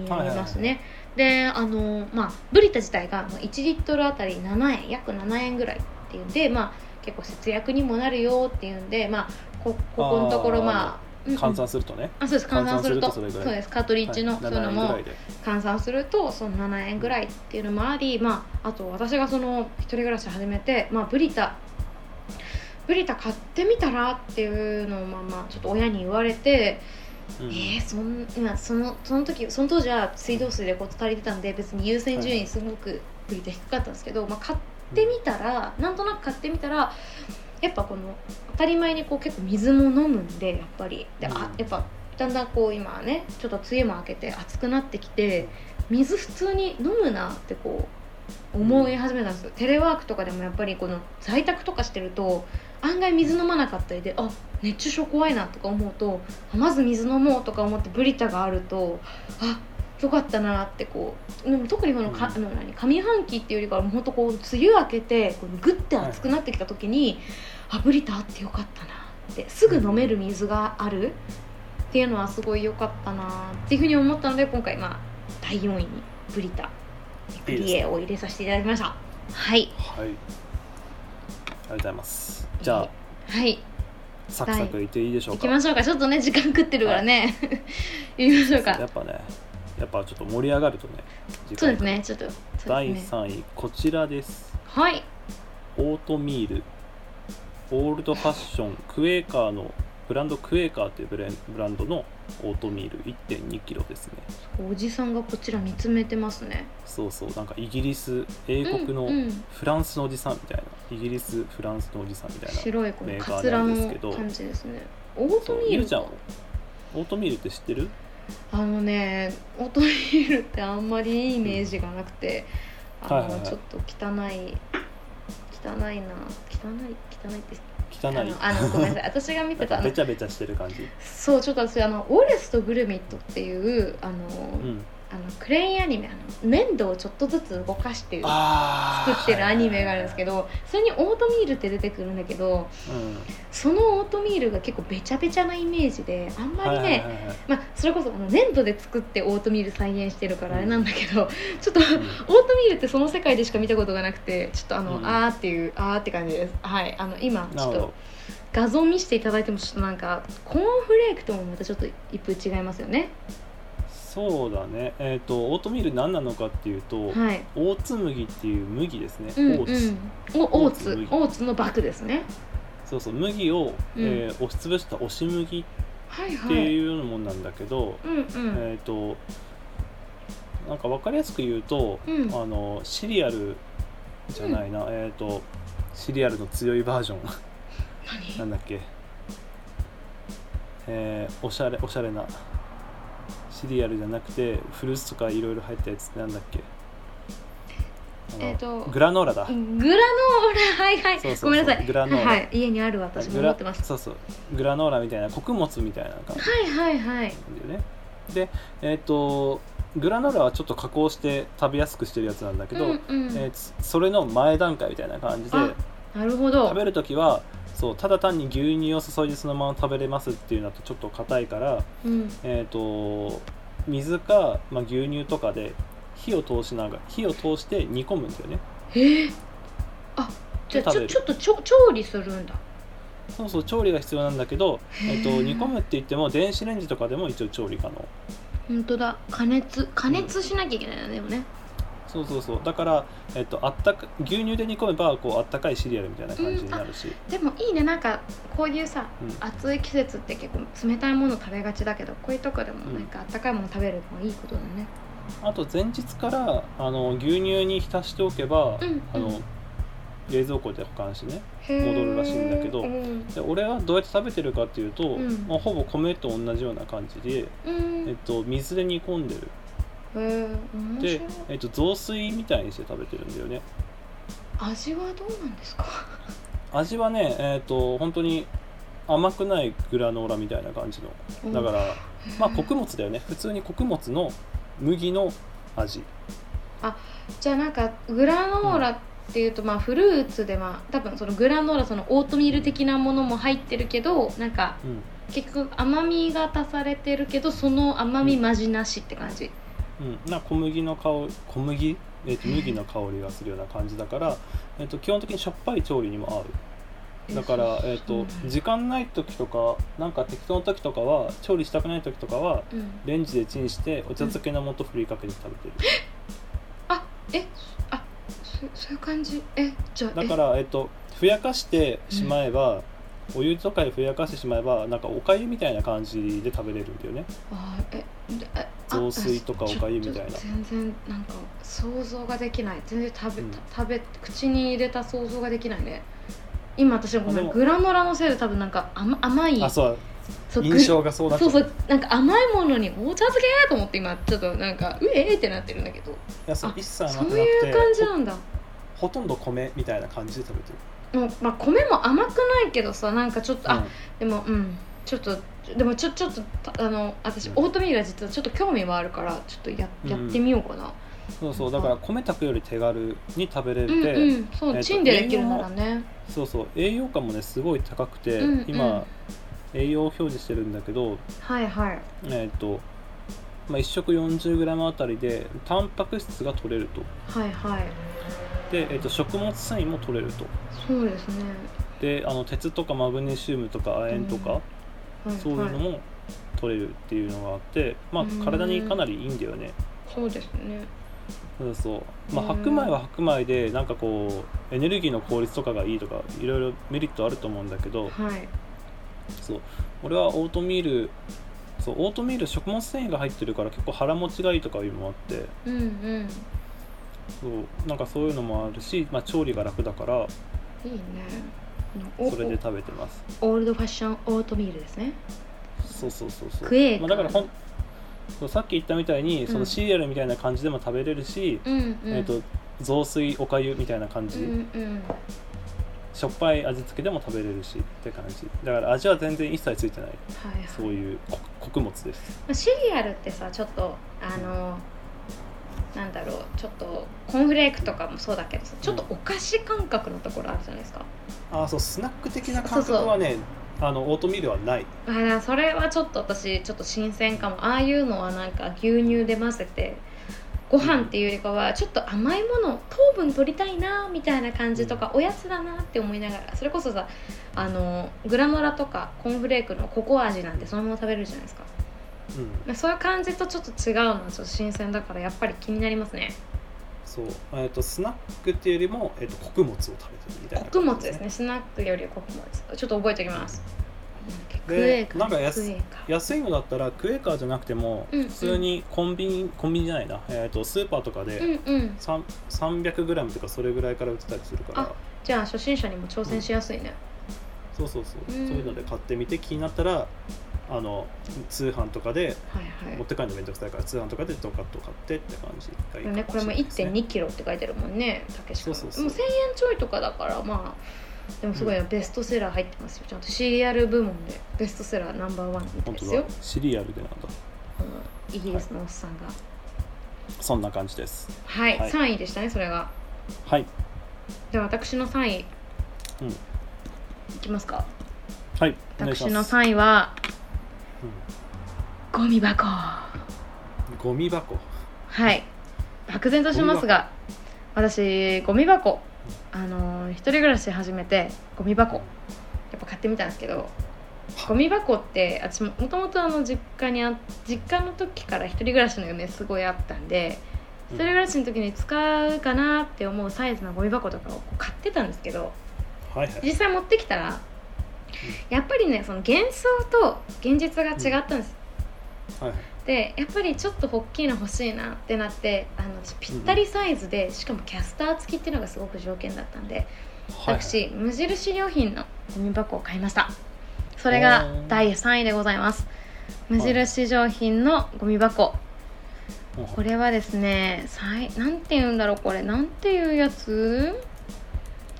Speaker 1: ものになりますね、であのまあブリタ自体がまあ1リットルあたり7円約7円ぐらいっていうんでまあ結構節約にもなるよっていうんでまあこここのところ
Speaker 2: あー
Speaker 1: まあ
Speaker 2: 換
Speaker 1: うんうん
Speaker 2: 算するとね、
Speaker 1: あそうです換算すると
Speaker 2: 換算するとそれぐらい
Speaker 1: そうですカートリッジの、
Speaker 2: はい
Speaker 1: そういうの
Speaker 2: 7ぐ
Speaker 1: も
Speaker 2: らいで
Speaker 1: 換算するとその7円ぐらいっていうのもあり、まあ、あと私がその一人暮らし始めて、まあ、ブリタブリタ買ってみたらっていうのをまあまあちょっと親に言われて、
Speaker 2: うん
Speaker 1: えー、そん今そのその時その当時は水道水でこう足りてたんで別に優先順位すごくブリタ低かったんですけど、まあ、買っってみたらなんとなく買ってみたらやっぱこの当たり前にこう結構水も飲むんでやっぱりであ
Speaker 2: うん
Speaker 1: やっぱだんだんこう今ねちょっと梅雨も明けて暑くなってきて水普通に飲むなってこう思い始めたんですよテレワークとかでもやっぱりこの在宅とかしてると案外水飲まなかったりであ熱中症怖いなとか思うとあまず水飲もうとか思ってブリタがあるとあよかったなってこうでも特にこのか、
Speaker 2: うん
Speaker 1: あの何上半期っていうよりかはもうほんとこう梅雨明けてこうグッて暑くなってきた時に、あブリタあってよかったなってすぐ飲める水があるっていうのはすごいよかったなっていうふうに思ったので今回まあ第4位にブリタクリエを入れさせていただきましたはい
Speaker 2: はいありがとうございますじゃあ
Speaker 1: はい
Speaker 2: サクサクいっていいでしょ
Speaker 1: 行
Speaker 2: う
Speaker 1: き
Speaker 2: か
Speaker 1: ましょうかちょっとね時間食ってるからね、 行きましょう
Speaker 2: や
Speaker 1: か
Speaker 2: っぱねやっぱちょっと盛り上がるとね時
Speaker 1: そう
Speaker 2: 間
Speaker 1: ですねちょっとそう
Speaker 2: 第
Speaker 1: ですね
Speaker 2: 3位こちらです
Speaker 1: はい
Speaker 2: オートミールオールドファッションクエーカーのブランドクエーカーというブレンブランドのオートミール1 2キロですね
Speaker 1: おじさんがこちら見つめてますね
Speaker 2: そうそうなんかイギリス英国の、
Speaker 1: うんうん
Speaker 2: フランスのおじさんみたいなイギリスフランスのおじさんみたいな
Speaker 1: 白いこの
Speaker 2: メーカ
Speaker 1: カツ
Speaker 2: ー
Speaker 1: ラ
Speaker 2: なん
Speaker 1: の
Speaker 2: ですけど
Speaker 1: 感じですねオート
Speaker 2: そう
Speaker 1: ミ
Speaker 2: ゆ
Speaker 1: ー
Speaker 2: う
Speaker 1: ル
Speaker 2: ちゃん
Speaker 1: か
Speaker 2: オートミールって知ってる
Speaker 1: あのねオートミールってあんまりいいイメージがなくて、あの、
Speaker 2: はいはいはい
Speaker 1: ちょっと汚い汚いな汚い汚いって
Speaker 2: 汚い
Speaker 1: あのあのごめんなさ い私が見
Speaker 2: な
Speaker 1: て
Speaker 2: んか
Speaker 1: たあ
Speaker 2: べ
Speaker 1: の
Speaker 2: ちゃべちゃしてる感じ
Speaker 1: そうちょっと私あのウォレスとグルミットっていうあの、
Speaker 2: うん
Speaker 1: あのクレインアニメあの粘土をちょっとずつ動かして
Speaker 2: あー
Speaker 1: 作ってるアニメがあるんですけどそれにオートミールって出てくるんだけどそのオートミールが結構べちゃべちゃなイメージであんまりね、
Speaker 2: はいはいはいはい
Speaker 1: まあ、それこそあの粘土で作ってオートミール再現してるからあれなんだけど、ちょっとオート
Speaker 2: うん
Speaker 1: ミールってその世界でしか見たことがなくてちょっとあの、
Speaker 2: うん
Speaker 1: あーっていうあーって感じですはいあの今ち
Speaker 2: な
Speaker 1: ょ
Speaker 2: る
Speaker 1: っ
Speaker 2: ほど
Speaker 1: と画像見せていただいてもちょっとなんかコーンフレークともまたちょっと一風違いますよね
Speaker 2: そうだねえっ、とオートミール何なのかっていうと、
Speaker 1: はい
Speaker 2: オーツ麦っていう麦ですね、
Speaker 1: うんう
Speaker 2: オーツ
Speaker 1: んおオーツ
Speaker 2: オーツ
Speaker 1: オーツのバクですね
Speaker 2: そうそう麦を、えー押しつぶした押し麦
Speaker 1: はい
Speaker 2: っ
Speaker 1: は
Speaker 2: て
Speaker 1: い
Speaker 2: いうもんなんだけど、
Speaker 1: うんうん
Speaker 2: えっ、となんか分かりやすく言うと、
Speaker 1: うん
Speaker 2: あのシリアルじゃないな、えっ、とシリアルの強いバージョンな
Speaker 1: 何
Speaker 2: んだっけえーおしゃれおしゃれなシリアルじゃなくてフルーツとかいろいろ入ったやつってなんだっけあの
Speaker 1: えーと
Speaker 2: グラノーラだ、
Speaker 1: グラ ノーラはいはい
Speaker 2: そうそうそう
Speaker 1: ごめんなさい
Speaker 2: グラノーラ
Speaker 1: はいはい、家にある私も
Speaker 2: グ
Speaker 1: 持
Speaker 2: ラ
Speaker 1: ってます
Speaker 2: そうそうグラノーラみたいな穀物みたいな感じ
Speaker 1: はいはいはい
Speaker 2: なんだ よねでえっ、とグラノーラはちょっと加工して食べやすくしてるやつなんだけど、
Speaker 1: うんうん
Speaker 2: えーつそれの前段階みたいな感じで
Speaker 1: あなるほど
Speaker 2: 食べる時はそうただ単に牛乳を注いでそのまま食べれますっていうのだとちょっと硬いから、
Speaker 1: うん
Speaker 2: えー、と水か、まあ、牛乳とかで火を通しながら火を通して煮込むんだよね
Speaker 1: えー、あじゃあ
Speaker 2: 食
Speaker 1: ち
Speaker 2: べ
Speaker 1: ょ
Speaker 2: る
Speaker 1: ちょっとちょ調理するんだ
Speaker 2: そうそう調理が必要なんだけど、えー、
Speaker 1: へ
Speaker 2: と
Speaker 1: ー
Speaker 2: 煮込むって言っても電子レンジとかでも一応調理可能
Speaker 1: 本当だ加熱加熱しなきゃいけないよね、でもね
Speaker 2: そうそうそうだから、えっと、あったか牛乳で煮込めばこうあったかいシリアルみたいな感じになるし、
Speaker 1: でもいいねなんかこういうさ
Speaker 2: うん
Speaker 1: 暑い季節って結構冷たいもの食べがちだけどこういうとこでも
Speaker 2: うん
Speaker 1: なんかあったかいもの食べるのもいいことだね
Speaker 2: あと前日からあの牛乳に浸しておけば、
Speaker 1: うんうん
Speaker 2: あの冷蔵庫で保管してね
Speaker 1: へー
Speaker 2: 戻るらしいんだけど
Speaker 1: うん
Speaker 2: で俺はどうやって食べてるかっていうと、
Speaker 1: うん
Speaker 2: まあ、ほぼ米と同じような感じで、
Speaker 1: うん
Speaker 2: えっ
Speaker 1: へ
Speaker 2: と、水で煮込んでる
Speaker 1: え面白い
Speaker 2: で、えっと、雑炊みたいにして食べてるんだよね
Speaker 1: 味はどうなんです か
Speaker 2: 味はねえっと本当に甘くないグラノーラみたいな感じのだからら、まあ穀物だよね普通に穀物の麦の味
Speaker 1: じゃあなんかグラノーラっていうとまあフルーツでまあ多分そのグラノーラそのオートミール的なものも入ってるけどなんか
Speaker 2: うん
Speaker 1: 結局甘みが足されてるけどその甘みまじなしって感じ、
Speaker 2: うん、な小麦の香り小麦、えっと麦の香りがするような感じだから、えっと基本的にしょっぱい調理にも合うだから、えっ
Speaker 1: そう
Speaker 2: と時間ない時とかなんか適当な時とかは調理したくない時とかは
Speaker 1: うん、
Speaker 2: レンジでチンしてお茶漬けの素ふりかけに食べてる、
Speaker 1: あえあそそういう感じえじゃあ
Speaker 2: だか
Speaker 1: え
Speaker 2: ら、えっとふやかしてしまえば、お湯とかでふやかしてしまえばなんかおかゆみたいな感じで食べれるんだよね
Speaker 1: あえでえあ
Speaker 2: 雑炊とかおかゆみたいな
Speaker 1: ちょっと全然なんか想像ができない全然食べ,、
Speaker 2: うん
Speaker 1: 食べ口に入れた想像ができないね今私ごめ
Speaker 2: あで
Speaker 1: ん
Speaker 2: も
Speaker 1: グラノラのせいで多分なんか甘甘い
Speaker 2: あそう
Speaker 1: そうグリ
Speaker 2: 印象がそうなっ
Speaker 1: そ
Speaker 2: ち
Speaker 1: う
Speaker 2: ゃう
Speaker 1: そうなんか甘いものにお茶漬けと思って今ちょっとなんかうえーってなってるんだけど
Speaker 2: いやそう
Speaker 1: あ
Speaker 2: 一切甘く
Speaker 1: そ
Speaker 2: なく
Speaker 1: う
Speaker 2: て
Speaker 1: いう感じなんだ
Speaker 2: ほほとんど米みたいな感じで食べてる、
Speaker 1: もう、まあ、米も甘くないけどさなんかちょっと、
Speaker 2: うん
Speaker 1: あでもうんちょっとでもちょちょっとたあの私
Speaker 2: うん
Speaker 1: オートミールは実はちょっと興味はあるからちょっとや
Speaker 2: うん
Speaker 1: やってみようかな、
Speaker 2: そうそうだから米炊くより手軽に食べれ
Speaker 1: う
Speaker 2: て、
Speaker 1: ん、うんそう、
Speaker 2: えっと
Speaker 1: チンでできるならね
Speaker 2: そうそう栄養価もねすごい高くて、
Speaker 1: うんうん
Speaker 2: 今栄養を表示してるんだけど
Speaker 1: はいはい
Speaker 2: えっ、と、まあ、1食 40g あたりでタンパク質が取れると
Speaker 1: はいはい
Speaker 2: で、えー、と食物繊維も取れると
Speaker 1: そうですね
Speaker 2: であの鉄とかマグネシウムとか亜鉛とか、
Speaker 1: はいはい
Speaker 2: そういうのも取れるっていうのがあって、ま
Speaker 1: うん
Speaker 2: あ、体にかなりいいんだよね、
Speaker 1: そうですね
Speaker 2: そうそう、まあ、
Speaker 1: うん
Speaker 2: 白米は白米でなんかこうエネルギーの効率とかがいいとかいろいろメリットあると思うんだけ
Speaker 1: は
Speaker 2: ど
Speaker 1: い
Speaker 2: そう俺はオートミールそうオートミール食物繊維が入ってるから結構腹持ちがいいとかいうのもあって
Speaker 1: うんうん
Speaker 2: そうなんかそういうのもあるし、まあ、調理が楽だから
Speaker 1: いいねお
Speaker 2: それで食べてます
Speaker 1: おオールドファッションオートミールですね
Speaker 2: そうそうそうそう
Speaker 1: クエー
Speaker 2: ま
Speaker 1: カー
Speaker 2: あ、だからほんそうさっき言ったみたいにそうの
Speaker 1: ん
Speaker 2: シリアルみたいな感じでも食べれるし、
Speaker 1: うんうん
Speaker 2: えー、と雑炊おかゆみたいな感
Speaker 1: う
Speaker 2: じ、
Speaker 1: んうん
Speaker 2: しょっぱい味付けでも食べれるしって感じだから味は全然一切ついてない
Speaker 1: はいはい
Speaker 2: そういうこ穀物です
Speaker 1: まあシリアルってさちょっとあのなんだろうちょっとコーンフレークとかもそうだけどさちょっとお菓子感覚のところあるじゃないですか
Speaker 2: ああそうスナック的な
Speaker 1: 感
Speaker 2: 感
Speaker 1: 覚
Speaker 2: 覚
Speaker 1: は
Speaker 2: はねあのオートミールはない
Speaker 1: あーそれはちょっと私ちょっと新鮮かもああいうのはなんか牛乳で混ぜてご飯っていうよりかはちょっと甘いもの糖分取りたいなみたいな感じとかおやつだなって思いながらそれこそさあのグラノラとかコーンフレークのココア味なんてそのまま食べれるじゃないですか
Speaker 2: うん
Speaker 1: まあそういう感じとちょっと違うのはちょっと新鮮だからやっぱり気になりますね
Speaker 2: そう、えー、とスナックっていうよりも、えー、と穀物を食べてるみたいな
Speaker 1: 穀物
Speaker 2: 感じ
Speaker 1: ですねスナックよりは穀物ちょっと覚えておきますクエ
Speaker 2: で
Speaker 1: ーカ
Speaker 2: なんかやす
Speaker 1: クエーカ
Speaker 2: 安いのだったらクエーカーじゃなくても
Speaker 1: うんうん
Speaker 2: 普通にコンビニ、コンビニじゃないな、えー、とスーパーとか
Speaker 1: う
Speaker 2: で
Speaker 1: んうん
Speaker 2: さん 300g とかそれぐらいから売ってたりするから
Speaker 1: あじゃあ初心者にも挑戦しやすいね、
Speaker 2: そうそうそう、
Speaker 1: うん
Speaker 2: そういうので買ってみて気になったらあの通販とかで
Speaker 1: はい
Speaker 2: 持っ
Speaker 1: は
Speaker 2: て帰るのめんどくさいから通販とかでドカッと買ってって感じがい
Speaker 1: いで
Speaker 2: いか
Speaker 1: も
Speaker 2: もしれない
Speaker 1: ねこれも
Speaker 2: です
Speaker 1: 1 2キロって書いてあるもんねたけし君
Speaker 2: そうそうそう
Speaker 1: もう1000円ちょいとかだからまあでもすごいな、ベストセラー入ってますよちゃんとシリアル部門でベストセラーナンバーワンみたい
Speaker 2: 本
Speaker 1: で
Speaker 2: 当
Speaker 1: すよ
Speaker 2: だシリアルでなんだ
Speaker 1: このイギリスのおっさんが
Speaker 2: そんな感じです
Speaker 1: はい、
Speaker 2: はい
Speaker 1: 3位でしたねそれが
Speaker 2: はい
Speaker 1: では私の3位、
Speaker 2: うん
Speaker 1: いきますか
Speaker 2: はいお願いし
Speaker 1: 私
Speaker 2: ます
Speaker 1: の3位はゴミ箱は
Speaker 2: うんゴミ箱
Speaker 1: い漠然としますが私ゴミ箱あのー一人暮らし始めてゴミ箱やっぱ買ってみたんですけどゴミ箱って私ももともとあの実家にあ実家の時から一人暮らしの夢すごいあったんで一人暮らしの時に使うかなって思うサイズのゴミ箱とかをこう買ってたんですけど
Speaker 2: はいはい
Speaker 1: 実際持ってきたらやっぱりねその幻想と現実が違ったんです
Speaker 2: はいはい
Speaker 1: でやっぱりちょっと大きいの欲しいなってなってあの私ぴったりサイズでしかもキャスター付きっていうのがすごく条件だったんで
Speaker 2: はい
Speaker 1: 私、無印良品のゴミ箱を買いましたそれが第3位でございます無印良品のゴミ箱
Speaker 2: うん
Speaker 1: これはですねさいなんて言うんだろうこれなんていうやつ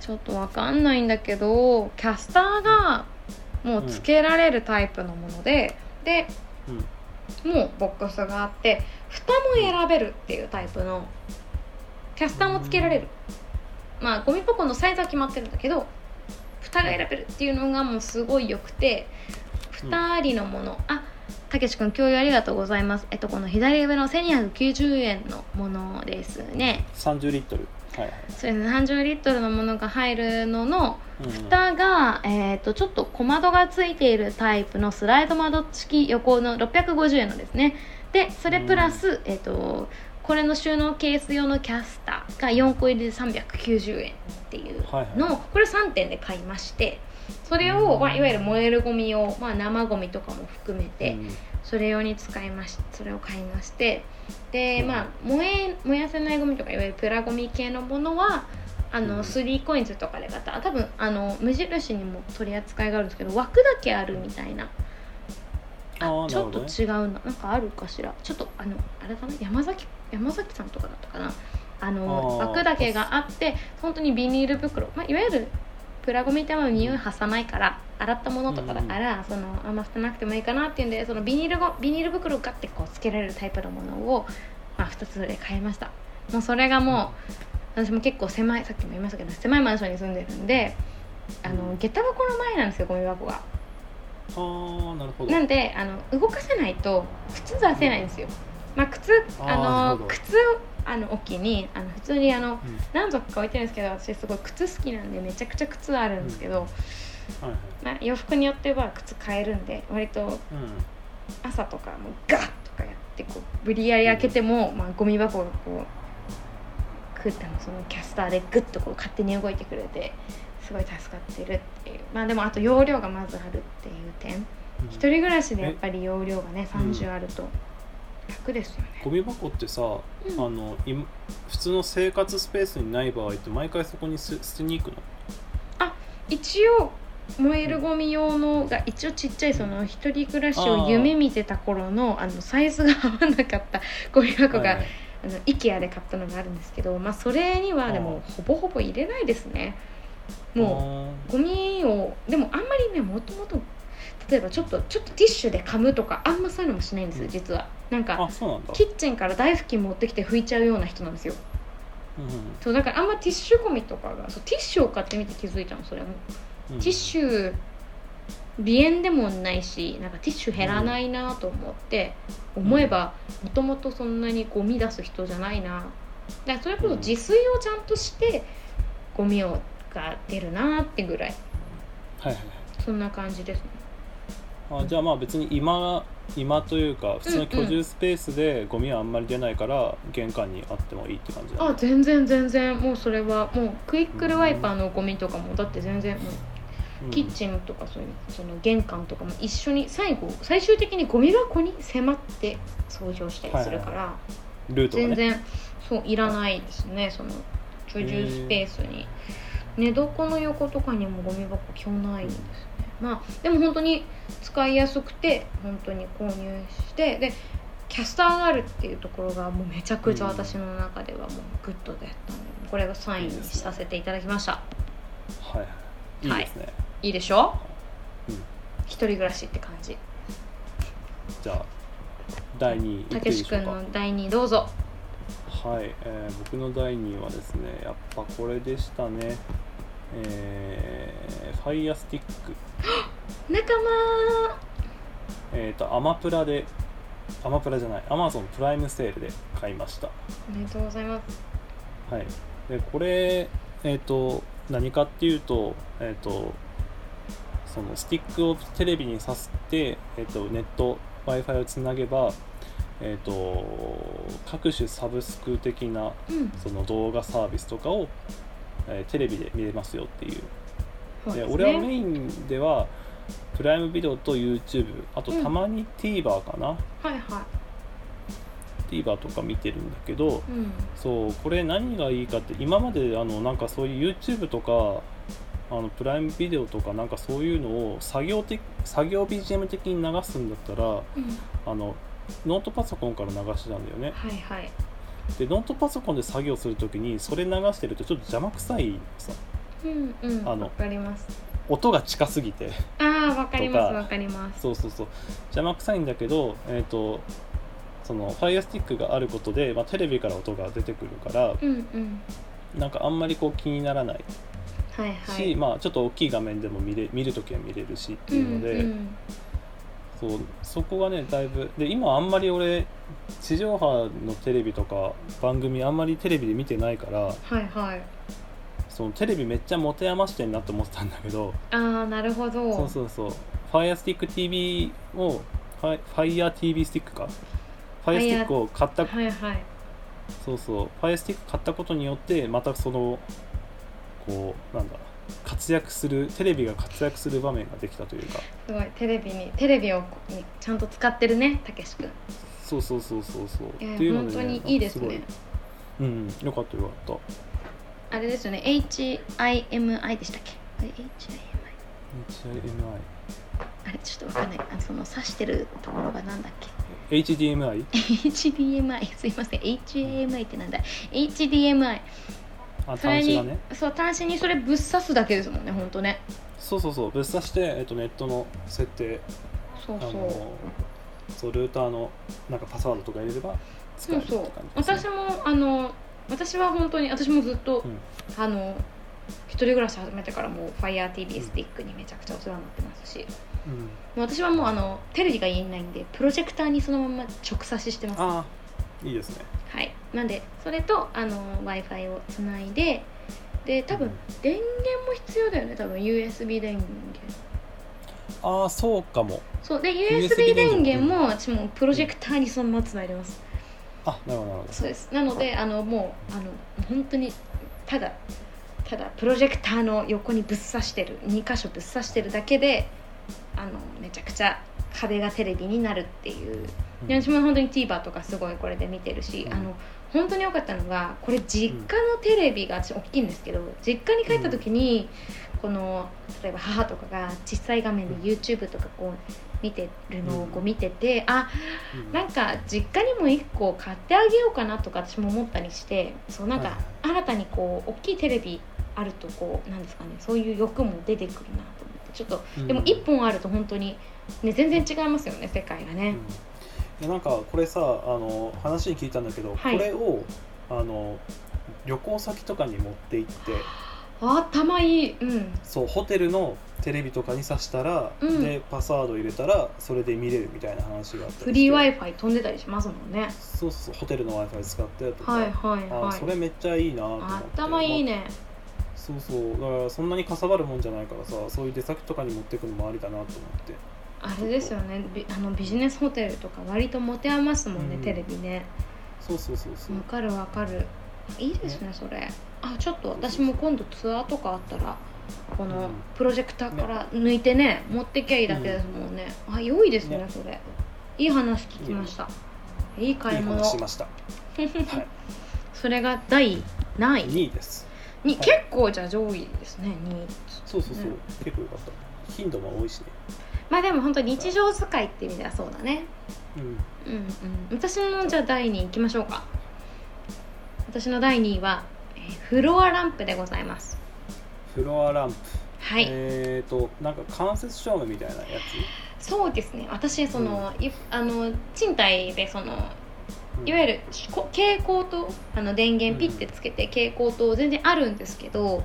Speaker 1: ちょっとわかんないんだけどキャスターがもうつけられるタイプのもので、で
Speaker 2: うん
Speaker 1: もうボックスがあって蓋も選べるっていうタイプのキャスターもつけられる、まあゴミ箱のサイズは決まってるんだけど蓋が選べるっていうのがもうすごい良くて蓋ありのもの、あたけし君共有ありがとうございますえっとこの左上の1290円のものですね
Speaker 2: 30リットルはいはい
Speaker 1: それで30リットルのものが入るのの
Speaker 2: うん
Speaker 1: 蓋が、えー、とちょっと小窓がついているタイプのスライド窓付き横の650円のですねでそれプラス、えー、とこれの収納ケース用のキャスターが4個入りで390円っていうのを、
Speaker 2: はいはい
Speaker 1: これ3点で買いましてそれを、まあ、いわゆる燃えるゴミを、まあ、生ゴミとかも含めて、
Speaker 2: うん
Speaker 1: それ用に使いましそれを買いましてで、まあ、燃え燃やせないゴミとかいわゆるプラゴミ系のものはあ
Speaker 2: うん
Speaker 1: の3コインズとかで買った多分あの無印にも取り扱いがあるんですけど枠だけあるみたいな
Speaker 2: あ
Speaker 1: あ
Speaker 2: あ
Speaker 1: ち
Speaker 2: なる
Speaker 1: ょっ
Speaker 2: ほ
Speaker 1: と
Speaker 2: どね
Speaker 1: 違うななんかあるかしらちょっとあのあれかな山崎山崎さんとかだったかなあの
Speaker 2: あー
Speaker 1: 枠だけがあって本当にビニール袋、まあ、いわゆるプラゴミってあんまり匂い発さないから洗ったものとかだから、そのあんま捨てなくてもいいかなっていうんでそのビニールごビニール袋をガッてこうつけられるタイプのものを、まあ、2つで買いましたもうそれがもう、私も結構狭いさっきも言いましたけど狭いマンションに住んでるんであ
Speaker 2: う
Speaker 1: の
Speaker 2: ん
Speaker 1: 下駄箱の前なんですよゴミ箱が。
Speaker 2: ああなるほど
Speaker 1: なんであの動かせないと靴出せないんですよ、まあ、靴
Speaker 2: あーな
Speaker 1: あ
Speaker 2: るほ
Speaker 1: の
Speaker 2: ど
Speaker 1: 靴あの置きにあの普通にあの
Speaker 2: うん
Speaker 1: 何足か置いてるんですけど私すごい靴好きなんでめちゃくちゃ靴あるんですけど、
Speaker 2: はいはい
Speaker 1: まあ、洋服によっては靴買えるんで割と
Speaker 2: うん
Speaker 1: 朝とかもうガッとかやってこう無理やり開けても、まあ、ゴミ箱がこうクッあのそのキャスターでグッとこう勝手に動いてくれてすごい助かってるっていうまあでもあと容量がまずあるっていう点
Speaker 2: うん
Speaker 1: 一人暮らしでやっぱり容量がね
Speaker 2: うん
Speaker 1: 30あると楽ですよね、
Speaker 2: ゴミ箱ってさ、
Speaker 1: うん
Speaker 2: あのい普通の生活スペースにない場合って毎回そこにす捨てに行くの
Speaker 1: 一応燃えるゴミ用のが一応ちっちゃいその一人暮らし
Speaker 2: あ
Speaker 1: を
Speaker 2: ー
Speaker 1: 夢見てた頃のあのサイズが合わなかったゴミ箱
Speaker 2: はい
Speaker 1: が
Speaker 2: はい
Speaker 1: あの IKEA で買ったのがあるんですけど、まあ、それにはでもほぼほぼ入れないですねもうゴミをでもあんまりねもともと例えばちょっとちょっとティッシュで噛むとかあんまそういうのもしないんですよ
Speaker 2: うん
Speaker 1: 実はなん
Speaker 2: あー
Speaker 1: か
Speaker 2: あそうなんだ、
Speaker 1: キッチンから台拭き持ってきて拭いちゃうような人なんですよ
Speaker 2: うん
Speaker 1: そうだからあんまティッシュゴミとかがそうティッシュを買ってみて気づいたのそれも、
Speaker 2: うん、
Speaker 1: ティッシュ鼻炎でもないしなんかティッシュ減らないなと思って、思えばもともとそんなにゴミ出す人じゃないなだからそれこそ自炊をちゃんとしてゴミをが出るなってぐらい
Speaker 2: はいはい
Speaker 1: そんな感じですね
Speaker 2: はいあじゃあまあ別に今今というか普通の居住スペースでゴミはあんまり出ないから玄関にあってもいいって感じだ、
Speaker 1: あ
Speaker 2: ね、
Speaker 1: 全然全然もうそれはもうクイックルワイパーのゴミとかもだって全然もう
Speaker 2: うん
Speaker 1: キッチンとかそういうその玄関とかも一緒に最後最終的にゴミ箱に迫って掃除をしたりするから、
Speaker 2: ルートが
Speaker 1: 全
Speaker 2: ね
Speaker 1: 然そういらないですねその居住スペースに寝床の横とかにもゴミ箱基本ないんですねまあでも本当に使いやすくて本当に購入してでキャスターがあるっていうところがもうめちゃくちゃ私の中ではもうグッドだったのでこれがサインにさせていただきました
Speaker 2: はいはいいいですね、
Speaker 1: いいでしょ
Speaker 2: うん
Speaker 1: 一人暮らしって感じ
Speaker 2: じゃあ第2位いって
Speaker 1: た
Speaker 2: いいで
Speaker 1: けし
Speaker 2: しょうか
Speaker 1: 君の第2どうぞ
Speaker 2: はい、えー僕の第2位はですね、やっぱこれでしたね。えー、ファイヤースティック。
Speaker 1: 仲間
Speaker 2: えっ、と、アマプラで、アマプラじゃない、アマゾンプライムセールで買いました。
Speaker 1: おめでとうございます
Speaker 2: はい。で、これ、えっ、と、何かっていうと、えっ、と、そのスティックをテレビに挿して、えっ、と、ネット、Wi-Fi をつなげば、えっ、と、各種サブスク的な
Speaker 1: うん
Speaker 2: その動画サービスとかを、えーテレビで見れますよっていう
Speaker 1: そう
Speaker 2: で
Speaker 1: ですね
Speaker 2: 俺はメインではプライムビデオと YouTube あと
Speaker 1: うん
Speaker 2: たまに TVer かな、
Speaker 1: はいは
Speaker 2: TVer とか見てるんだけど
Speaker 1: いうん
Speaker 2: そうこれ何がいいかって今まであのなんかそういう YouTube とかあのプライムビデオとかなんかそういうのを作業的作業 BGM 的に流すんだったら
Speaker 1: うん
Speaker 2: あのノートパソコンから流してたんだよね
Speaker 1: はいはい
Speaker 2: でノートパソコンで作業するときにそれ流してるとちょっと邪魔くさいさ
Speaker 1: うんうん
Speaker 2: あの
Speaker 1: わかります
Speaker 2: 音が近すぎて
Speaker 1: ああわかりま
Speaker 2: と
Speaker 1: す
Speaker 2: か
Speaker 1: わかります
Speaker 2: そうそうそう邪魔くさいんだけどえっ、とそのファイアスティックがあることで、まあ、テレビから音が出てくるから
Speaker 1: うんうん
Speaker 2: なんかあんまりこう気にならない
Speaker 1: はい
Speaker 2: し、
Speaker 1: はい
Speaker 2: まあちょっと大きい画面でも見れ見るときは見れるしっていうので、
Speaker 1: うんうん、
Speaker 2: そうそこがねだいぶで今あんまり俺地上波のテレビとか番組あんまりテレビで見てないから
Speaker 1: はいはい
Speaker 2: そのテレビめっちゃ持て余してんなと思ってたんだけど
Speaker 1: ああなるほど
Speaker 2: そうそうそう。FirestickTV を、ファイ FireTV スティックか ?Firestick を買った、
Speaker 1: はいはい
Speaker 2: そうそう。Firestick 買ったことによって、またその、こう、なんだ、活躍するテレビが活躍する場面ができたというか
Speaker 1: すごいテレビにテレビをこにちゃんと使ってるねたけし君
Speaker 2: そうそうそうそうそう、
Speaker 1: いや
Speaker 2: っていうの
Speaker 1: 本
Speaker 2: で、
Speaker 1: 当
Speaker 2: ね、
Speaker 1: にいいですね
Speaker 2: ごいうんよかったよかっ
Speaker 1: あれですよね HIMI でしたっけあれ HIMI
Speaker 2: た
Speaker 1: あれちょっとわかんないあその指してるところがなんだっけ
Speaker 2: HDMI HDMI
Speaker 1: HDMI すいません HAMI ってなんだ HDMI
Speaker 2: あ
Speaker 1: それ
Speaker 2: 端子
Speaker 1: に
Speaker 2: がね
Speaker 1: そう端子にそれぶっ刺すだけですもんねほんとね
Speaker 2: そうそうそうぶっ刺して、えっと、ネットの設定
Speaker 1: そう
Speaker 2: あ
Speaker 1: そう
Speaker 2: のそうルーターのなんかパスワードとか入れれば使
Speaker 1: そう
Speaker 2: えるって
Speaker 1: そう
Speaker 2: 感じです
Speaker 1: 私
Speaker 2: ね、
Speaker 1: もあの私は本当に私もずっと、
Speaker 2: うん
Speaker 1: あの一人暮らし始めてからもう FireTV スティックにめちゃくちゃお世話になってますし、
Speaker 2: うん、
Speaker 1: もう私はもうあのテレビが家にないんでプロジェクターにそのまま直差ししてます
Speaker 2: ああいいですね
Speaker 1: はいなんでそれとあの w i f i をつないでで多分電源も必要だよね多分 USB 電源
Speaker 2: ああそうかも
Speaker 1: そうで
Speaker 2: USB
Speaker 1: USB 電源も私もうプロジェクターにそのままつないでます
Speaker 2: あなるほどなるほど
Speaker 1: そうですなのであのもうあの本当にただただプロジェクターの横にぶっ刺してる2箇所ぶっ刺してるだけであのめちゃくちゃ壁がテレビになるっていう、
Speaker 2: うん
Speaker 1: で私も本当に TVer とかすごいこれで見てるし、
Speaker 2: うん
Speaker 1: あの本当に良かったのがこれ実家のテレビが私大きいんですけど実家に帰った時に、この例えば母とかが小さい画面で YouTube とかこう見てるのをこう見てて、あ
Speaker 2: うん
Speaker 1: なんか実家にも1個買ってあげようかなとか私も思ったりしてそうなん
Speaker 2: は
Speaker 1: か
Speaker 2: い
Speaker 1: 新たにこう大きいテレビあるとこうなんですかねそういう欲も出てくるなと思ってちょっとでも
Speaker 2: うん
Speaker 1: 1本あると本当にね全然違いますよね世界がね、
Speaker 2: うんいやなんかこれさあの話に聞いたんだけど、
Speaker 1: はい
Speaker 2: これをあの旅行先とかに持って行って
Speaker 1: あ頭いいうん
Speaker 2: そうホテルのテレビとかに挿したら、
Speaker 1: うん
Speaker 2: でパスワード入れたらそれで見れるみたいな話があったりして
Speaker 1: フリー w i f i 飛んでたりしますもんね
Speaker 2: そうそうホテルの w i f i 使ってとか、
Speaker 1: はいはい
Speaker 2: あそ
Speaker 1: は
Speaker 2: れめっちゃいいなと思っ
Speaker 1: い
Speaker 2: て
Speaker 1: 頭いい、ね
Speaker 2: まあそうそうだからそんなにかさばるもんじゃないからさそういう出先とかに持ってくのもありだなと思って
Speaker 1: あれですよねビあのビジネスホテルとか割と持て余すもんね、
Speaker 2: うん
Speaker 1: テレビね
Speaker 2: そうそうそうそう
Speaker 1: わかるわかるいいですねそれあちょっと私も今度ツアーとかあったらこ
Speaker 2: う
Speaker 1: の
Speaker 2: ん
Speaker 1: プロジェクターから抜いてね持ってきゃいいだけですもんね、あ良いですね
Speaker 2: ね
Speaker 1: それいい話聞きましたいい買い
Speaker 2: い
Speaker 1: 物
Speaker 2: い話しましたは
Speaker 1: それが第何
Speaker 2: い
Speaker 1: 位
Speaker 2: 2位です
Speaker 1: に、
Speaker 2: はい
Speaker 1: 結構じゃあ上位ですね2位
Speaker 2: そうそうそう、
Speaker 1: うん
Speaker 2: 結構よかった頻度も多いしね
Speaker 1: まあでも本当日常使いって意味ではそうだね
Speaker 2: うん
Speaker 1: うんうん私のじゃあ第2位いきましょうか私の第2位は、えーフロアランプでございます
Speaker 2: フロアランプ、
Speaker 1: はい、
Speaker 2: えっ、ー、となんか間接照明みたいなや
Speaker 1: そうですね私その、いあの賃貸でその
Speaker 2: つ、うん
Speaker 1: いわゆるこ蛍光灯あの電源ピッてつけて蛍光灯全然あるんですけど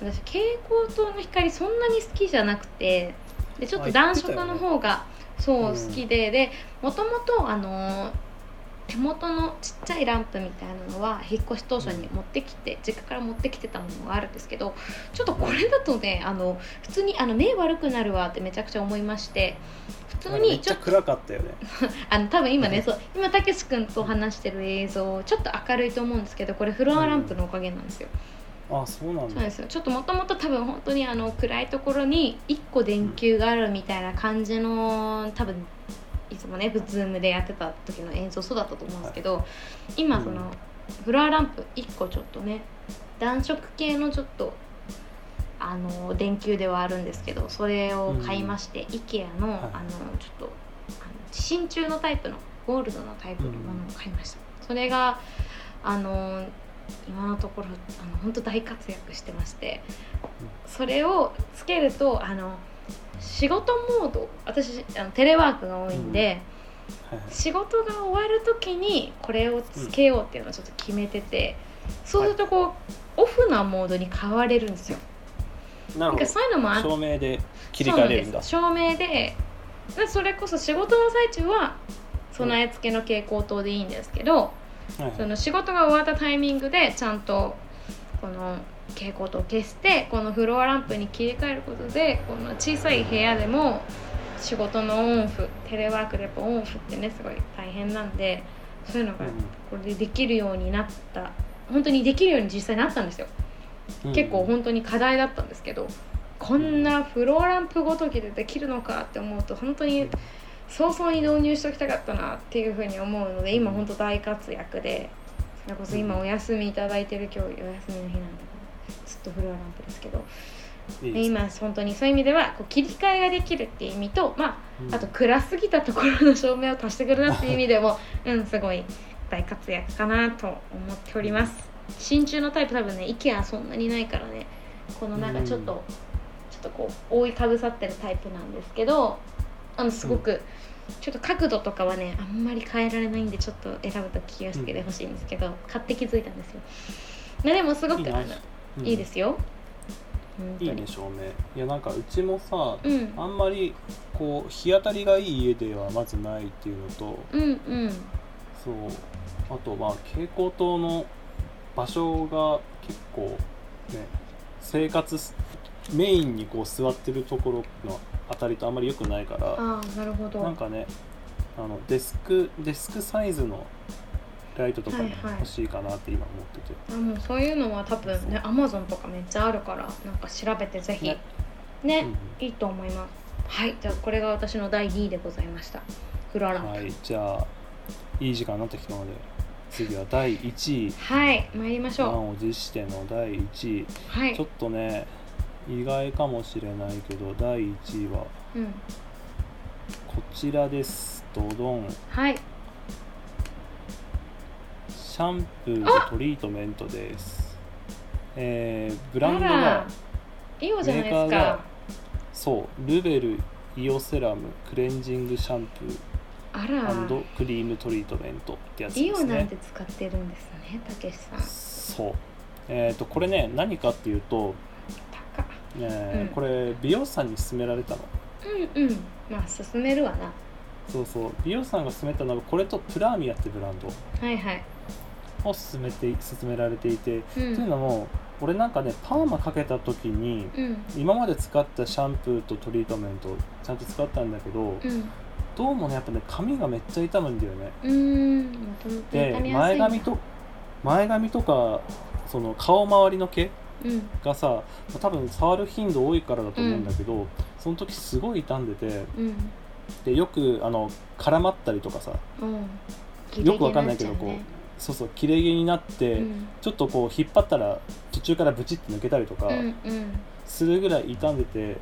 Speaker 1: 私蛍光灯の光そんなに好きじゃなくてでちょっと
Speaker 2: あ
Speaker 1: 暖
Speaker 2: 言
Speaker 1: 色
Speaker 2: ってたよね
Speaker 1: の方がそう
Speaker 2: うん
Speaker 1: 好きで、でもともとあの手元のちっちゃいランプみたいなのは引っ越し当初に持ってきて実家から持ってきてたものがあるんですけどちょっとこれだとねあの普通にあの目悪くなるわってめちゃくちゃ思いまして普通
Speaker 2: うん、なんかめ
Speaker 1: に
Speaker 2: っ
Speaker 1: ち
Speaker 2: ち
Speaker 1: ょ
Speaker 2: ゃ
Speaker 1: っと
Speaker 2: 暗かったよね
Speaker 1: あの多分今ね、
Speaker 2: うん
Speaker 1: そう今たけし君と話してる映像ちょっと明るいと思うんですけどこれフロアランプのおかげなんですよ、
Speaker 2: あそうなん
Speaker 1: そう
Speaker 2: だ
Speaker 1: ですよちょっともともと多分本当にあの暗いところに1個電球があるみたいな感じの多分いつもねズームでやってた時の映像そうだったと思うんですけど、今その、
Speaker 2: うん
Speaker 1: フロアランプ1個ちょっとね暖色系のちょっとあの電球ではあるんですけどそれを買いまして、IKEA の,、
Speaker 2: はい
Speaker 1: あのちょっとあの真鍮のタイプのゴールドのタイプのものを買いました、それがあの今のところあの本当大活躍してましてそれをつけるとあの仕事モード私あのテレワークが多いんで、
Speaker 2: はいはい
Speaker 1: 仕事が終わる時にこれをつけようっていうのをちょっと決めてて、そうするとこう、オフなモードに変われるんですよ
Speaker 2: な
Speaker 1: なん
Speaker 2: る
Speaker 1: か
Speaker 2: ほ
Speaker 1: そういうのもあっ
Speaker 2: ど照明で切り替えれるんだ
Speaker 1: そうなんです照明ででそれこそ仕事の最中は備え付けの蛍光灯でいいんですけど、
Speaker 2: はいはい
Speaker 1: その仕事が終わったタイミングでちゃんとこの蛍光灯を消してこのフロアランプに切り替えることでこの小さい部屋でも仕事のオンオフテレワークでやっぱオンオフってねすごい大変なんでそういうのが
Speaker 2: うん
Speaker 1: これでできるようになった本当にできるように実際なったんですよ
Speaker 2: うん
Speaker 1: 結構本当に課題だったんですけどこんなフローランプごときでできるのかって思うと本当に早々に導入しておきたかったなっていうふうに思うので今本当大活躍でそれこそ今お休みいただいてる今日お休みの日なんだからずっとフローランプですけど
Speaker 2: いい
Speaker 1: で
Speaker 2: ですね
Speaker 1: 今本当にそういう意味ではこう切り替えができるっていう意味と、ま
Speaker 2: うん
Speaker 1: あ、あと暗すぎたところの照明を足してくるなっていう意味でもうんすごい大活躍かなと思っております真鍮のタイプ多分ね IKEA そんなにないからねこのなんかちょっと、
Speaker 2: うん
Speaker 1: ちょっとこう覆いかぶさってるタイプなんですけどあのすごく、ちょっと角度とかはねあんまり変えられないんでちょっと選ぶとき気をつけてほしいんですけど、買って気づいたんですよまあでもすごく
Speaker 2: いい
Speaker 1: いい,、
Speaker 2: なうん
Speaker 1: いいですよ本当
Speaker 2: い
Speaker 1: に
Speaker 2: いね照明いやなんかうちもさ
Speaker 1: うん
Speaker 2: あんまりこう日当たりがいい家ではまずないっていうのと
Speaker 1: うんうん
Speaker 2: そうあとまあ蛍光灯の場所が結構ね生活すメインにこう座ってるところの当たりとあんまり良くないから
Speaker 1: ああなるほど
Speaker 2: なんかねあのデスクデスクサイズのライトとか
Speaker 1: はいはい
Speaker 2: 欲しいかなって今思ってて、
Speaker 1: あもうそういうのは多分ねアマゾンとかめっちゃあるからなんか調べてぜひね
Speaker 2: ねうん
Speaker 1: いいと思いますはいじゃあこれが私の第2位でございましたフラランプ
Speaker 2: は
Speaker 1: はい、
Speaker 2: いじゃあいい時間になってきたので次は第1位
Speaker 1: 参りまし
Speaker 2: 満
Speaker 1: ょ
Speaker 2: を持しての第1位
Speaker 1: うはい
Speaker 2: ちょっとね意外かもしれないけど第1位は
Speaker 1: うん、
Speaker 2: こちらですドドン
Speaker 1: はい
Speaker 2: シャンプーとトリートメントですえーブランド
Speaker 1: あ
Speaker 2: が
Speaker 1: らいいよじゃないです
Speaker 2: メーカーが
Speaker 1: か
Speaker 2: そうルベルイオセラムクレンジングシャンプ
Speaker 1: あ
Speaker 2: ー
Speaker 1: ら
Speaker 2: クリームトリートメントってやつ
Speaker 1: イ
Speaker 2: で
Speaker 1: オ
Speaker 2: す
Speaker 1: なん
Speaker 2: ね
Speaker 1: て使ってるんですねたけしさん
Speaker 2: そうえっ、とこれね何かっていうと、
Speaker 1: 高っ
Speaker 2: えー
Speaker 1: うん
Speaker 2: これ美容師さんに勧められたの
Speaker 1: うんうんまあ進めるわな
Speaker 2: そうそう美容師さんが勧めたのがこれとプラーミアってブランド
Speaker 1: はいはい
Speaker 2: を勧めて勧められていて、
Speaker 1: う
Speaker 2: というんのも俺なんかねパーマかけた時に
Speaker 1: うん
Speaker 2: 今まで使ったシャンプーとトリートメントをちゃんと使ったんだけど、
Speaker 1: うん
Speaker 2: どうもねやっぱね髪がめっちゃ痛むんだよね
Speaker 1: うーんもともと
Speaker 2: で
Speaker 1: 痛みやすい
Speaker 2: 前
Speaker 1: んだ
Speaker 2: 髪と前髪とかその顔周りの毛
Speaker 1: うん
Speaker 2: がさ多分触る頻度多いからだと思うんだけど、その時すごい傷んでて
Speaker 1: うん
Speaker 2: でよくあの絡まったりとかさ
Speaker 1: うん
Speaker 2: よくわかんないけどこうそうそう切れ毛になって、
Speaker 1: うん
Speaker 2: ちょっとこう引っ張ったら途中からブチって抜けたりとか
Speaker 1: うんうん
Speaker 2: するぐらい傷んでて、
Speaker 1: はい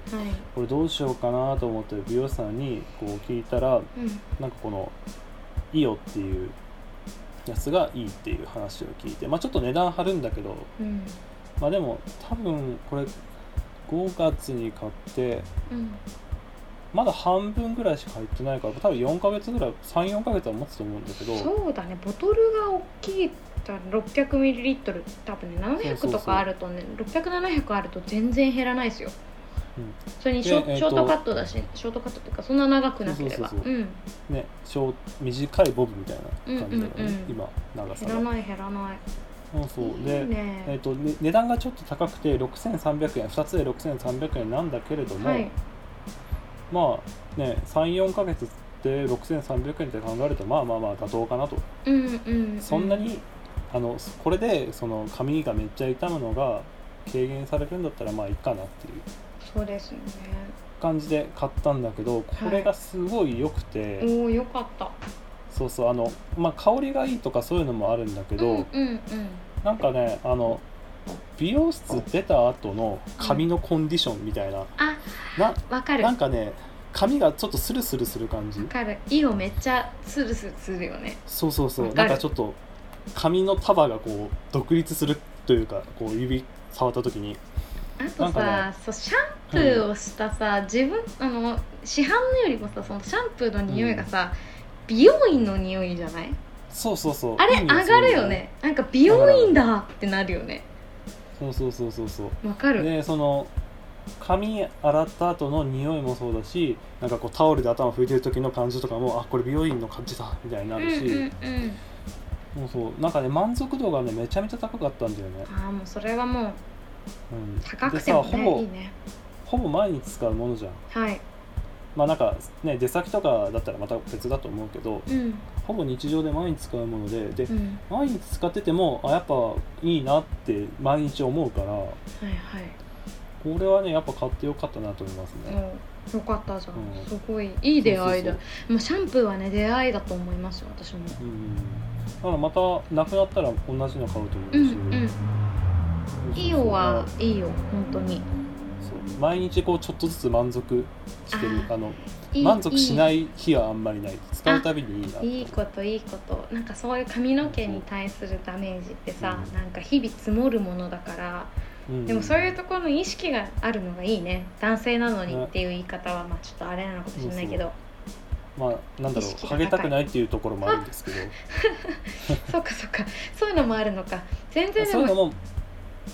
Speaker 2: これどうしようかなと思って美容師さんにこう聞いたら
Speaker 1: うん
Speaker 2: なんかこのイオっていうやつがいいっていう話を聞いてまあちょっと値段張るんだけど
Speaker 1: うん
Speaker 2: まあでも多分これ5月に買って
Speaker 1: うん
Speaker 2: まだ半分ぐらいしか入ってないから多分4ヶ月ぐらい34ヶ月は持つと思うんだけど
Speaker 1: そうだねボトルが大きい600ミリリットル多分ね
Speaker 2: そう
Speaker 1: 700
Speaker 2: そ
Speaker 1: と
Speaker 2: うそう
Speaker 1: かあるとね600700あると全然減らないですよ、
Speaker 2: うん
Speaker 1: それにショ,、
Speaker 2: でえー
Speaker 1: ショ
Speaker 2: と
Speaker 1: ートカットだしショートカットっていうかそんな長くなければ
Speaker 2: そうそうそ
Speaker 1: ん
Speaker 2: ね小短いボブみたいな感じだよね、
Speaker 1: うんうんうん
Speaker 2: 今長さ
Speaker 1: 減ら
Speaker 2: が。
Speaker 1: ない減らない
Speaker 2: うんそう
Speaker 1: い
Speaker 2: で
Speaker 1: いね
Speaker 2: えっとね値段がちょっと高くて6300円2つで6300円なんだけれども、
Speaker 1: はい
Speaker 2: まあね34ヶ月で6300円って考えるとまあまあまあ妥当かなと、
Speaker 1: うんうん、うん、
Speaker 2: そんなにあのこれでその髪がめっちゃ痛むのが軽減されるんだったらまあいいかなっていう
Speaker 1: そうですね
Speaker 2: 感じで買ったんだけどこれがすごい良くて、
Speaker 1: おおよかった
Speaker 2: そうそうあの、まあ、香りがいいとかそういうのもあるんだけど、
Speaker 1: うんうんうん
Speaker 2: なんかねあの美容室出た後の髪のコンディションみたいな、
Speaker 1: あ
Speaker 2: な
Speaker 1: わかる
Speaker 2: なんかね髪がちょっとスルスルする感じ
Speaker 1: わかるイオめっちゃスルスルするよね
Speaker 2: そうそうそ
Speaker 1: わ
Speaker 2: う
Speaker 1: か
Speaker 2: な
Speaker 1: る
Speaker 2: んかちょっと髪の束がこう独立するというかこう指触った時に
Speaker 1: あと
Speaker 2: なんか
Speaker 1: さ、そうシャンプーをしたさ、自分あの市販のよりもさそのシャンプーの匂いがさ、美容院の匂いじゃない
Speaker 2: そうそうそう
Speaker 1: あれ
Speaker 2: いい
Speaker 1: 上
Speaker 2: 匂いす
Speaker 1: がる
Speaker 2: んだ
Speaker 1: よねなんか美容院だってなるよね
Speaker 2: そうそうそうそうそう
Speaker 1: わかる、
Speaker 2: でその髪洗った後の匂いもそうだしなんかこうタオルで頭拭いてる時の感じとかもあこれ美容院の感じだみたいに
Speaker 1: う
Speaker 2: なん
Speaker 1: う
Speaker 2: るし、
Speaker 1: んうん
Speaker 2: もうそうなんかね満足度がねめちゃめちゃ高かったんだよね、
Speaker 1: ああもうそれはもう
Speaker 2: うん、
Speaker 1: 高
Speaker 2: で
Speaker 1: くて
Speaker 2: さ
Speaker 1: も
Speaker 2: ほ
Speaker 1: ねい
Speaker 2: ぼ
Speaker 1: いね
Speaker 2: ほぼ毎日使うものじゃん
Speaker 1: はい
Speaker 2: まあなんかね出先とかだったらまた別だと思うけど
Speaker 1: うん
Speaker 2: ほぼ日常で毎日使うものでで、
Speaker 1: うん
Speaker 2: 毎日使っててもあやっぱいいなって毎日思うからこ
Speaker 1: はいはい
Speaker 2: れはねやっぱ買ってよかったなと思いますね。
Speaker 1: およかったじゃん、
Speaker 2: うん
Speaker 1: すごいいい出会いだ
Speaker 2: そう
Speaker 1: もうシャンプーはね出会いだと思いますよ私も
Speaker 2: そうそううんだからまたなくなったら同じの買うと思
Speaker 1: う
Speaker 2: う
Speaker 1: ん
Speaker 2: し、
Speaker 1: うんいいよはいいよ本当に
Speaker 2: そう毎日こうちょっとずつ満足してる
Speaker 1: あー
Speaker 2: あの
Speaker 1: いい
Speaker 2: 満足しないい日はあんまりない使うたびにいいなと
Speaker 1: いいいこといいことなんかそういう髪の毛に対するダメージってさ、
Speaker 2: うん
Speaker 1: なんか日々積もるものだから
Speaker 2: うん
Speaker 1: でもそういうところの意識があるのがいいね男性なのにっていう言い方はまあちょっとあれなのかもしれないけど、
Speaker 2: まあなんだろ
Speaker 1: 意識が高
Speaker 2: うか
Speaker 1: い
Speaker 2: げたくないっていうところもあるんですけど
Speaker 1: そうかそうかそういうのもあるのか全然で
Speaker 2: そういうの
Speaker 1: も
Speaker 2: も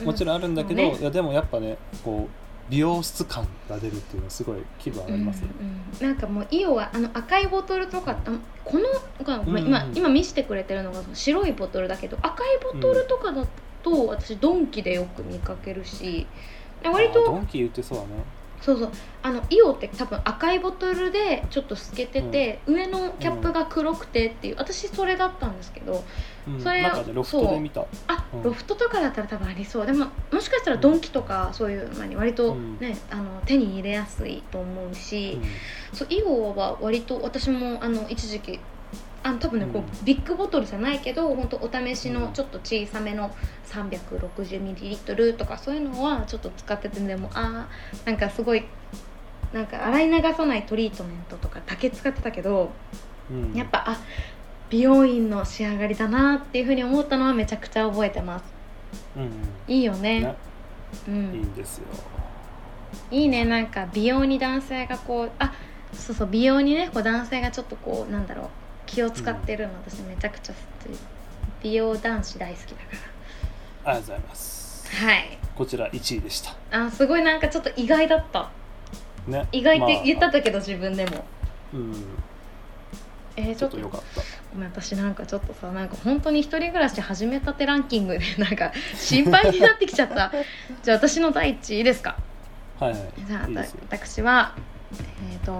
Speaker 2: もちろんあるんだけど、
Speaker 1: うんそうね
Speaker 2: いやでもやっぱねこう美容室感が出るっていうのはすごい気分上がりますね、
Speaker 1: うんうんなんかもうイオはあの赤いボトルとかあのこのが、ごめん
Speaker 2: うんうん
Speaker 1: 今今見せてくれてるのが白いボトルだけど赤いボトルとかだと、私ドンキでよく見かけるし割
Speaker 2: あー
Speaker 1: と
Speaker 2: ドンキ言ってそうだね
Speaker 1: そうそうあのイオって多分赤いボトルでちょっと透けてて、上のキャップが黒くてっていう私それだったんですけど
Speaker 2: うん、
Speaker 1: それ
Speaker 2: なんかねロフトで見た
Speaker 1: あ、
Speaker 2: うん
Speaker 1: ロフトとかだったら多分ありそうでももしかしたらドンキとかそういうのに割と
Speaker 2: うん
Speaker 1: ね、あの手に入れやすいと思うし、
Speaker 2: うん
Speaker 1: そうイオは割と私もあの一時期あの多分ね、こ
Speaker 2: うん
Speaker 1: うビッグボトルじゃないけど本当お試しの
Speaker 2: うん
Speaker 1: ちょっと小さめの 360ml とかそういうのはちょっと使っててでもあーなんかすごいなんか洗い流さないトリートメントとかだけ使ってたけど
Speaker 2: うん
Speaker 1: やっぱあ美容院の仕上がりだなっていうふうに思ったのはめちゃくちゃ覚えてます
Speaker 2: うん
Speaker 1: いいよね
Speaker 2: ね、
Speaker 1: う
Speaker 2: いい
Speaker 1: ん、
Speaker 2: んですよ
Speaker 1: いいねなんか美容に男性がこうあそうそう美容にねこう男性がちょっとこうなんだろう気を使ってるの、私めちゃくちゃ好き美容男子大好きだか
Speaker 2: ありがとうございます
Speaker 1: らはい
Speaker 2: こちら1位でした
Speaker 1: あすごいなんかちょっと意外だった
Speaker 2: ね
Speaker 1: 意外って言ったん
Speaker 2: ま
Speaker 1: だけど、自分でも
Speaker 2: あうん
Speaker 1: えー、
Speaker 2: ち
Speaker 1: ち
Speaker 2: ょ
Speaker 1: ょっ
Speaker 2: っと
Speaker 1: と
Speaker 2: 良かった
Speaker 1: ごめん私なんかちょっとさなんか本当に一人暮らし始めたてランキングで なんか心配になってきちゃった じゃあ私の第一位いいですか
Speaker 2: はいはい
Speaker 1: じゃあ
Speaker 2: いい
Speaker 1: わ
Speaker 2: で
Speaker 1: た
Speaker 2: す
Speaker 1: 私
Speaker 2: よ
Speaker 1: はえっ、と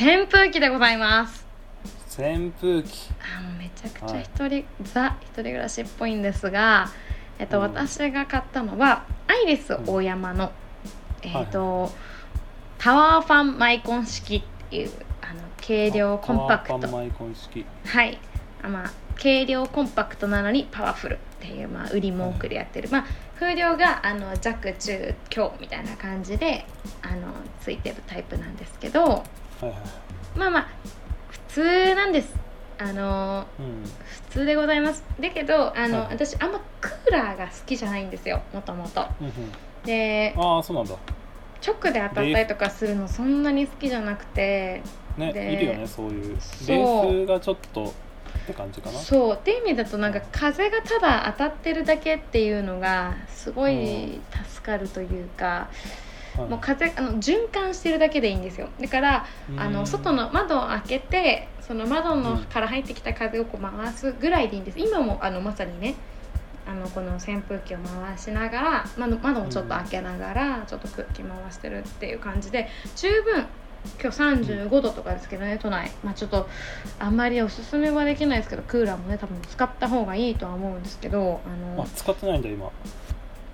Speaker 1: 扇風機でございます
Speaker 2: 扇風機
Speaker 1: あもうめちゃくち
Speaker 2: は
Speaker 1: ゃ
Speaker 2: い
Speaker 1: 一人、ザ一人暮らしっぽいんですが、えっと
Speaker 2: うん
Speaker 1: 私が買ったのはアイリス大山の、えっ、と、タワーファンマイコン式っていうあの軽量コンパク
Speaker 2: あパ
Speaker 1: ト
Speaker 2: ンマイコン式
Speaker 1: はいあまあ軽量コンパクトなのにパワフルっていう、まあ、売り文句でやってる、まあ、風量があの弱中強みたいな感じであのついてるタイプなんですけど
Speaker 2: はいはい
Speaker 1: まあまあ普通なんですあの
Speaker 2: うん
Speaker 1: 普通でございますだけどあの、
Speaker 2: はい
Speaker 1: 私あんまクーラーが好きじゃないんですよもともと
Speaker 2: うんうん
Speaker 1: で
Speaker 2: ああそうなんだ
Speaker 1: 直で当たったりとかするのそんなに好きじゃなくて
Speaker 2: ね
Speaker 1: で
Speaker 2: いるよねそういう
Speaker 1: そう
Speaker 2: 冷風がちょっとって感じかな
Speaker 1: そうって意味だとなんか風がただ当たってるだけっていうのがすごい助かるというか、
Speaker 2: はい
Speaker 1: もう風あの循環してるだけでいいんですよだから
Speaker 2: うん
Speaker 1: あの外の窓を開けてその窓
Speaker 2: う
Speaker 1: の
Speaker 2: ん
Speaker 1: から入ってきた風をこう回すぐらいでいいんです今もあのまさにねあのこの扇風機を回しながら窓窓もちょっと開けながらちょっと空気回してるっていう感じで十分今日35度とかですけどね都内、まあ、ちょっとあんまりおすすめはできないですけどクーラーもね多分使った方がいいとは思うんですけどあ
Speaker 2: あ
Speaker 1: の
Speaker 2: 使ってないんだ今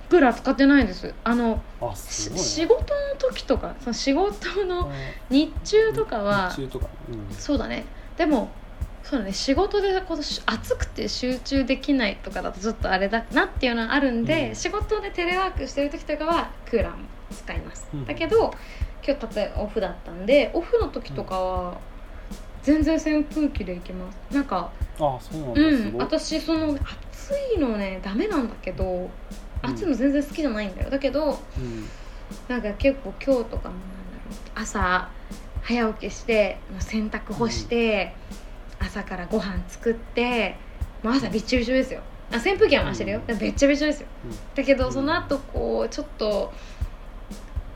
Speaker 1: クーラー使ってないですあの
Speaker 2: あ
Speaker 1: し
Speaker 2: すごいね
Speaker 1: 仕事の時とかその仕事
Speaker 2: うん
Speaker 1: の日中とかは
Speaker 2: 日中とかうん
Speaker 1: そうだねでもそうだね仕事でこうし暑くて集中できないとかだとちょっとあれだなっていうのはあるんで、
Speaker 2: うん
Speaker 1: 仕事でテレワークしてる時とかはクーラーも使います、
Speaker 2: うん
Speaker 1: だけど今日例えばオフだったんでオフの時とかは全然扇風機でいけますなんか
Speaker 2: あそうなんだ
Speaker 1: う
Speaker 2: す
Speaker 1: ん
Speaker 2: ごい
Speaker 1: 私その暑いのねダメなんだけど暑いの全然好きじゃないんだよだけど
Speaker 2: うん
Speaker 1: なんか結構今日とかもなんだろう朝早起きしてもう洗濯干して、朝からご飯作ってもう朝びっちょびちょですよあ扇風機は回してるよ、
Speaker 2: う
Speaker 1: べっちょびちょですよ、
Speaker 2: うん
Speaker 1: だけ
Speaker 2: う
Speaker 1: ど
Speaker 2: ん
Speaker 1: その後こうちょっと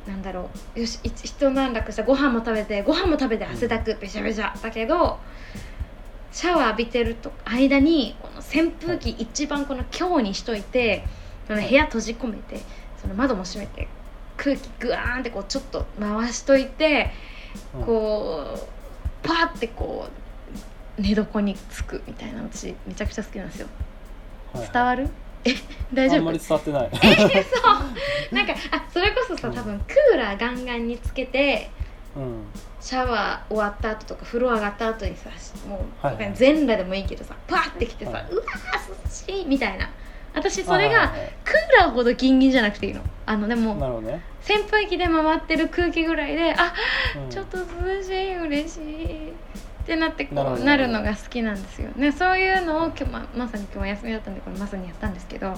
Speaker 1: なんだろうよし一一段落したご飯も食べてご飯も食べて汗だくべちゃべちゃだけどシャワー浴びてると間にこの扇風機一番この強にしといて、その部屋閉じ込めてその窓も閉めて空気グワーンってこうちょっと回しといて
Speaker 2: うん
Speaker 1: こうパーってこう寝床につくみたいな私めちゃくちゃ好きなんですよ
Speaker 2: はいはい
Speaker 1: 伝わるえ大丈
Speaker 2: あんま
Speaker 1: 夫
Speaker 2: り伝わってない
Speaker 1: そうなんかあそれこそさ多分クーラーガンガンにつけて
Speaker 2: うん
Speaker 1: シャワー終わった後とか風呂上がった後にさもう、
Speaker 2: はいはい
Speaker 1: 全裸でもいいけどさパーってきてさ、
Speaker 2: はいう
Speaker 1: わー涼しいみたいな私それ
Speaker 2: はい
Speaker 1: が
Speaker 2: はいはい
Speaker 1: クーラーほどギンギンじゃなくていいのあので
Speaker 2: な
Speaker 1: も
Speaker 2: るほどね、
Speaker 1: 扇風機で回ってる空気ぐらいであ
Speaker 2: うん
Speaker 1: ちょっと涼しい嬉しいってなってこ
Speaker 2: なるほ
Speaker 1: う
Speaker 2: ど
Speaker 1: なるのが好きなんですよねそういうのを今日ままさに今日お休みだったんでこれまさにやったんですけど、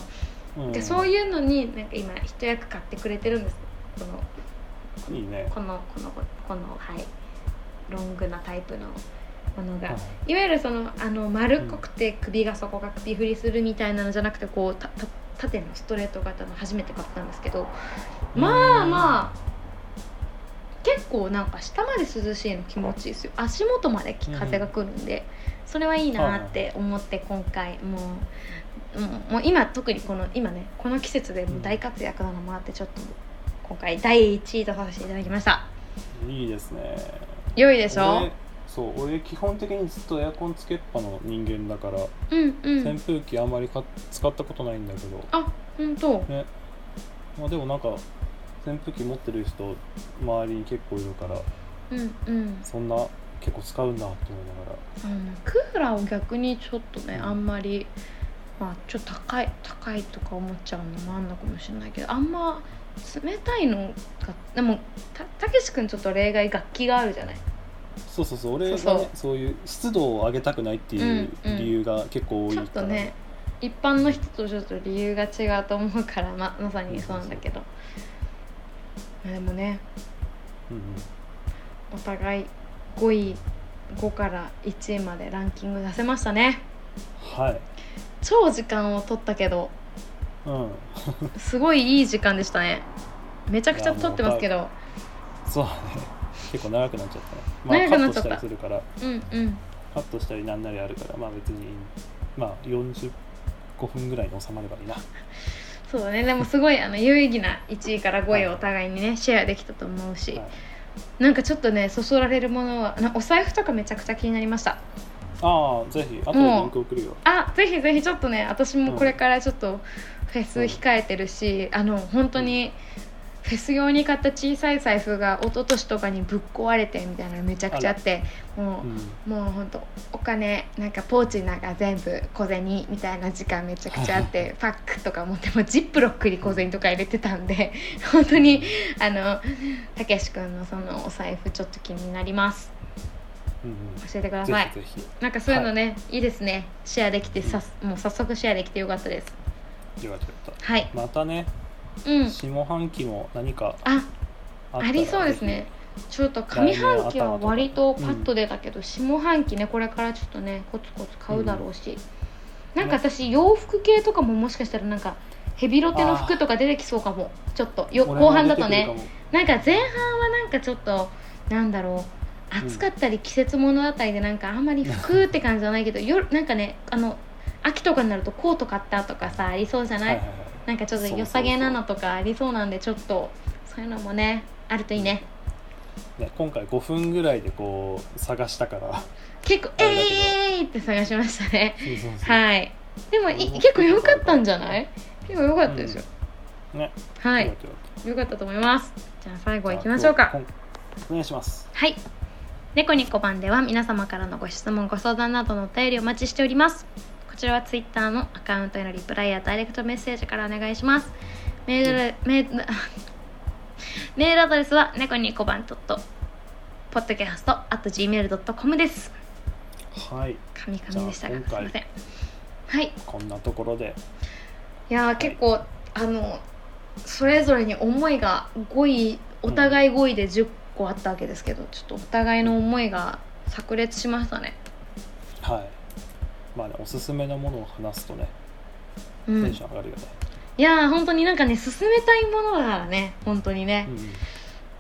Speaker 2: うん
Speaker 1: でそういうのになんか今一役買ってくれてるんですこの
Speaker 2: いいね
Speaker 1: このこのこのはいロングなタイプのものが、
Speaker 2: はい
Speaker 1: い、わゆるそのあの丸っこくて首が底が首振りするみたいなのじゃなくてこうたた縦のストレート型の初めて買ったんですけどまあまあ結構なんか下まで涼しいの気持ちいいですよ足元までき風が来るんで、それはいいなって思って今回もうもうもう今特にこの今ねこの季節でもう大活躍なのもあってちょっと今回第1位とさせていただきました
Speaker 2: いいですね
Speaker 1: 良いでしょ
Speaker 2: 俺そう俺基本的にずっとエアコンつけっぱの人間だから、
Speaker 1: うんうん
Speaker 2: 扇風機あんまりか使ったことないんだけど、
Speaker 1: あ本当
Speaker 2: まあ、でもなんか扇風機持ってる人周りに結構いるから
Speaker 1: うんうん
Speaker 2: そんな結構使うんだって思いながら
Speaker 1: あのクーラーを逆にちょっとね
Speaker 2: うん
Speaker 1: あんまりまあちょっと高い高いとか思っちゃうのもあんのかもしれないけどあんま冷たいのがでもたたけし君ちょっと例外楽器があるじゃない
Speaker 2: そうそうそう俺がね
Speaker 1: そ
Speaker 2: そうう
Speaker 1: そう
Speaker 2: いう湿度を上げたくないっていう
Speaker 1: うんうん
Speaker 2: 理由が結構多い
Speaker 1: ち
Speaker 2: か
Speaker 1: ょ
Speaker 2: ら、
Speaker 1: っとね一般の人とちょっと理由が違うと思うからままさにそうなんだけどまあでもね
Speaker 2: うんうん
Speaker 1: お互い5位5から1位までランキング出せましたね
Speaker 2: はい
Speaker 1: 超時間を取ったけど
Speaker 2: うん
Speaker 1: すごいいい時間でしたねめちゃくちゃ撮ってますけど
Speaker 2: そうだね結構長くなっちゃったねまあ
Speaker 1: 長くなっちゃった
Speaker 2: カットしたりするから
Speaker 1: うんうん
Speaker 2: カットしたりなんなりあるからまあ別にまあ45分ぐらいに収まればいいな
Speaker 1: そうだねでもすごいあの有意義な1位から5位をお互いにねシェアできたと思うし、
Speaker 2: はい
Speaker 1: なんかちょっとねそそられるものはなお財布とかめちゃくちゃ気になりました
Speaker 2: ああぜひあとでリンク送るよ
Speaker 1: あぜひぜひちょっとね私もこれからちょっとフェス控えてるし、あの本当にフェス用に買った小さい財布が一昨年とかにぶっ壊れてみたいなのめちゃくちゃあってもう
Speaker 2: う、ん
Speaker 1: もうほんとお金なんかポーチなんか全部小銭みたいな時間めちゃくちゃあってパックとか持ってもジップロックに小銭とか入れてたんで本当にあのたけし君のそのお財布ちょっと気になります
Speaker 2: うんうん
Speaker 1: 教えてくだ
Speaker 2: ぜ
Speaker 1: さい
Speaker 2: ひぜひ
Speaker 1: なんかそういうのね、い、いですねシェアできてさもう早速シェアできてよかったです
Speaker 2: よかった
Speaker 1: はい
Speaker 2: またね、
Speaker 1: うん
Speaker 2: 下半期も何か
Speaker 1: あ
Speaker 2: あったら
Speaker 1: ありそうですねちょっと上半期は割とパッと出たけど、下半期ねこれからちょっとねコツコツ買うだろうし、なんか私洋服系とかももしかしたらなんかヘビロテの服とか出てきそうかもちょっとよ
Speaker 2: ぜひ
Speaker 1: 後半だと
Speaker 2: 俺
Speaker 1: ね
Speaker 2: も出てくる
Speaker 1: なんか前半はなんかちょっとなんだろう暑かったり季節物だったりでなんかあんまり服って感じじゃないけど夜なんかねあの秋とかになるとコート買ったとかさありそうじゃ
Speaker 2: か
Speaker 1: な
Speaker 2: もはい
Speaker 1: い、
Speaker 2: はいはい
Speaker 1: なんかちょっと良さげなのとかありそうなんでちょっとそういうのもねあるといいね、
Speaker 2: ね、今回5分ぐらいでこう探したから
Speaker 1: 結構「
Speaker 2: あれだけど
Speaker 1: えー!」って探しましたね
Speaker 2: そうそうそう
Speaker 1: はいでもい
Speaker 2: うん
Speaker 1: 結構良かったんじゃない結構良かったですよ、
Speaker 2: ね
Speaker 1: は
Speaker 2: よ
Speaker 1: い
Speaker 2: かったよかっ
Speaker 1: 良かったと思いますじゃあ最
Speaker 2: た
Speaker 1: 後いきましょうか
Speaker 2: じゃあお願いします
Speaker 1: はい。猫にこ番では皆様からのご質問、ご相談などのお便りをお待ちしております。こちらはツイッターのアカウントへのリプライやダイレクトメッセージからお願いします。メール、メール、 メールアドレスは猫にこ番 .podcast.gmail.com です。
Speaker 2: はい
Speaker 1: 神々でしたが、
Speaker 2: じゃあ今
Speaker 1: すい
Speaker 2: 回
Speaker 1: ません。はい。
Speaker 2: こんなところで
Speaker 1: いやー結構、あのそれぞれに思いが5位お互い5位で10個あったわけですけど、ちょっとお互いの思いが炸裂しましたね。
Speaker 2: はいまあねおすすめのものを話すとね
Speaker 1: う
Speaker 2: テ
Speaker 1: ん、
Speaker 2: ン
Speaker 1: い
Speaker 2: ション上がるよね、
Speaker 1: やー本当になんかね進めたいものだからね本当にね、
Speaker 2: うん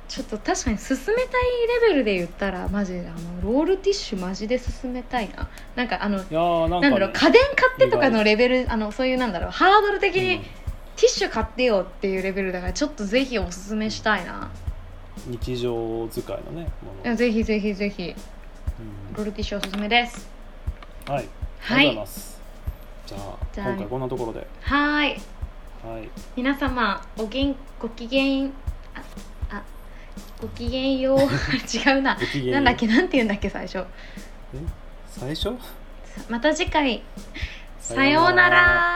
Speaker 1: ちょっと確かに進めたいレベルで言ったらマジであのロールティッシュマジで進めたいななんかあの
Speaker 2: いやー
Speaker 1: な
Speaker 2: なんか、
Speaker 1: んだ
Speaker 2: ね、
Speaker 1: ろう家電買ってとかのレベルあのそういうなんだろうハードル的に
Speaker 2: うん
Speaker 1: ティッシュ買ってよっていうレベルだからちょっとぜひおすすめしたいな、
Speaker 2: 日常使いのねもの、
Speaker 1: ぜひぜひぜひ
Speaker 2: う
Speaker 1: ロールティッシュおすすめです
Speaker 2: んはいあ
Speaker 1: は
Speaker 2: りがとうござい
Speaker 1: い
Speaker 2: ます、じゃあ
Speaker 1: じゃあ
Speaker 2: 今回こんなところで
Speaker 1: はーい
Speaker 2: はい
Speaker 1: 皆様おげんごきげんああごきげん よう違うな
Speaker 2: ごきげんよ
Speaker 1: な
Speaker 2: うん
Speaker 1: だっけなんて言うんだっけ最初
Speaker 2: 最初
Speaker 1: また次回
Speaker 2: さ
Speaker 1: さ
Speaker 2: よ
Speaker 1: よ
Speaker 2: う
Speaker 1: うな
Speaker 2: なら
Speaker 1: ら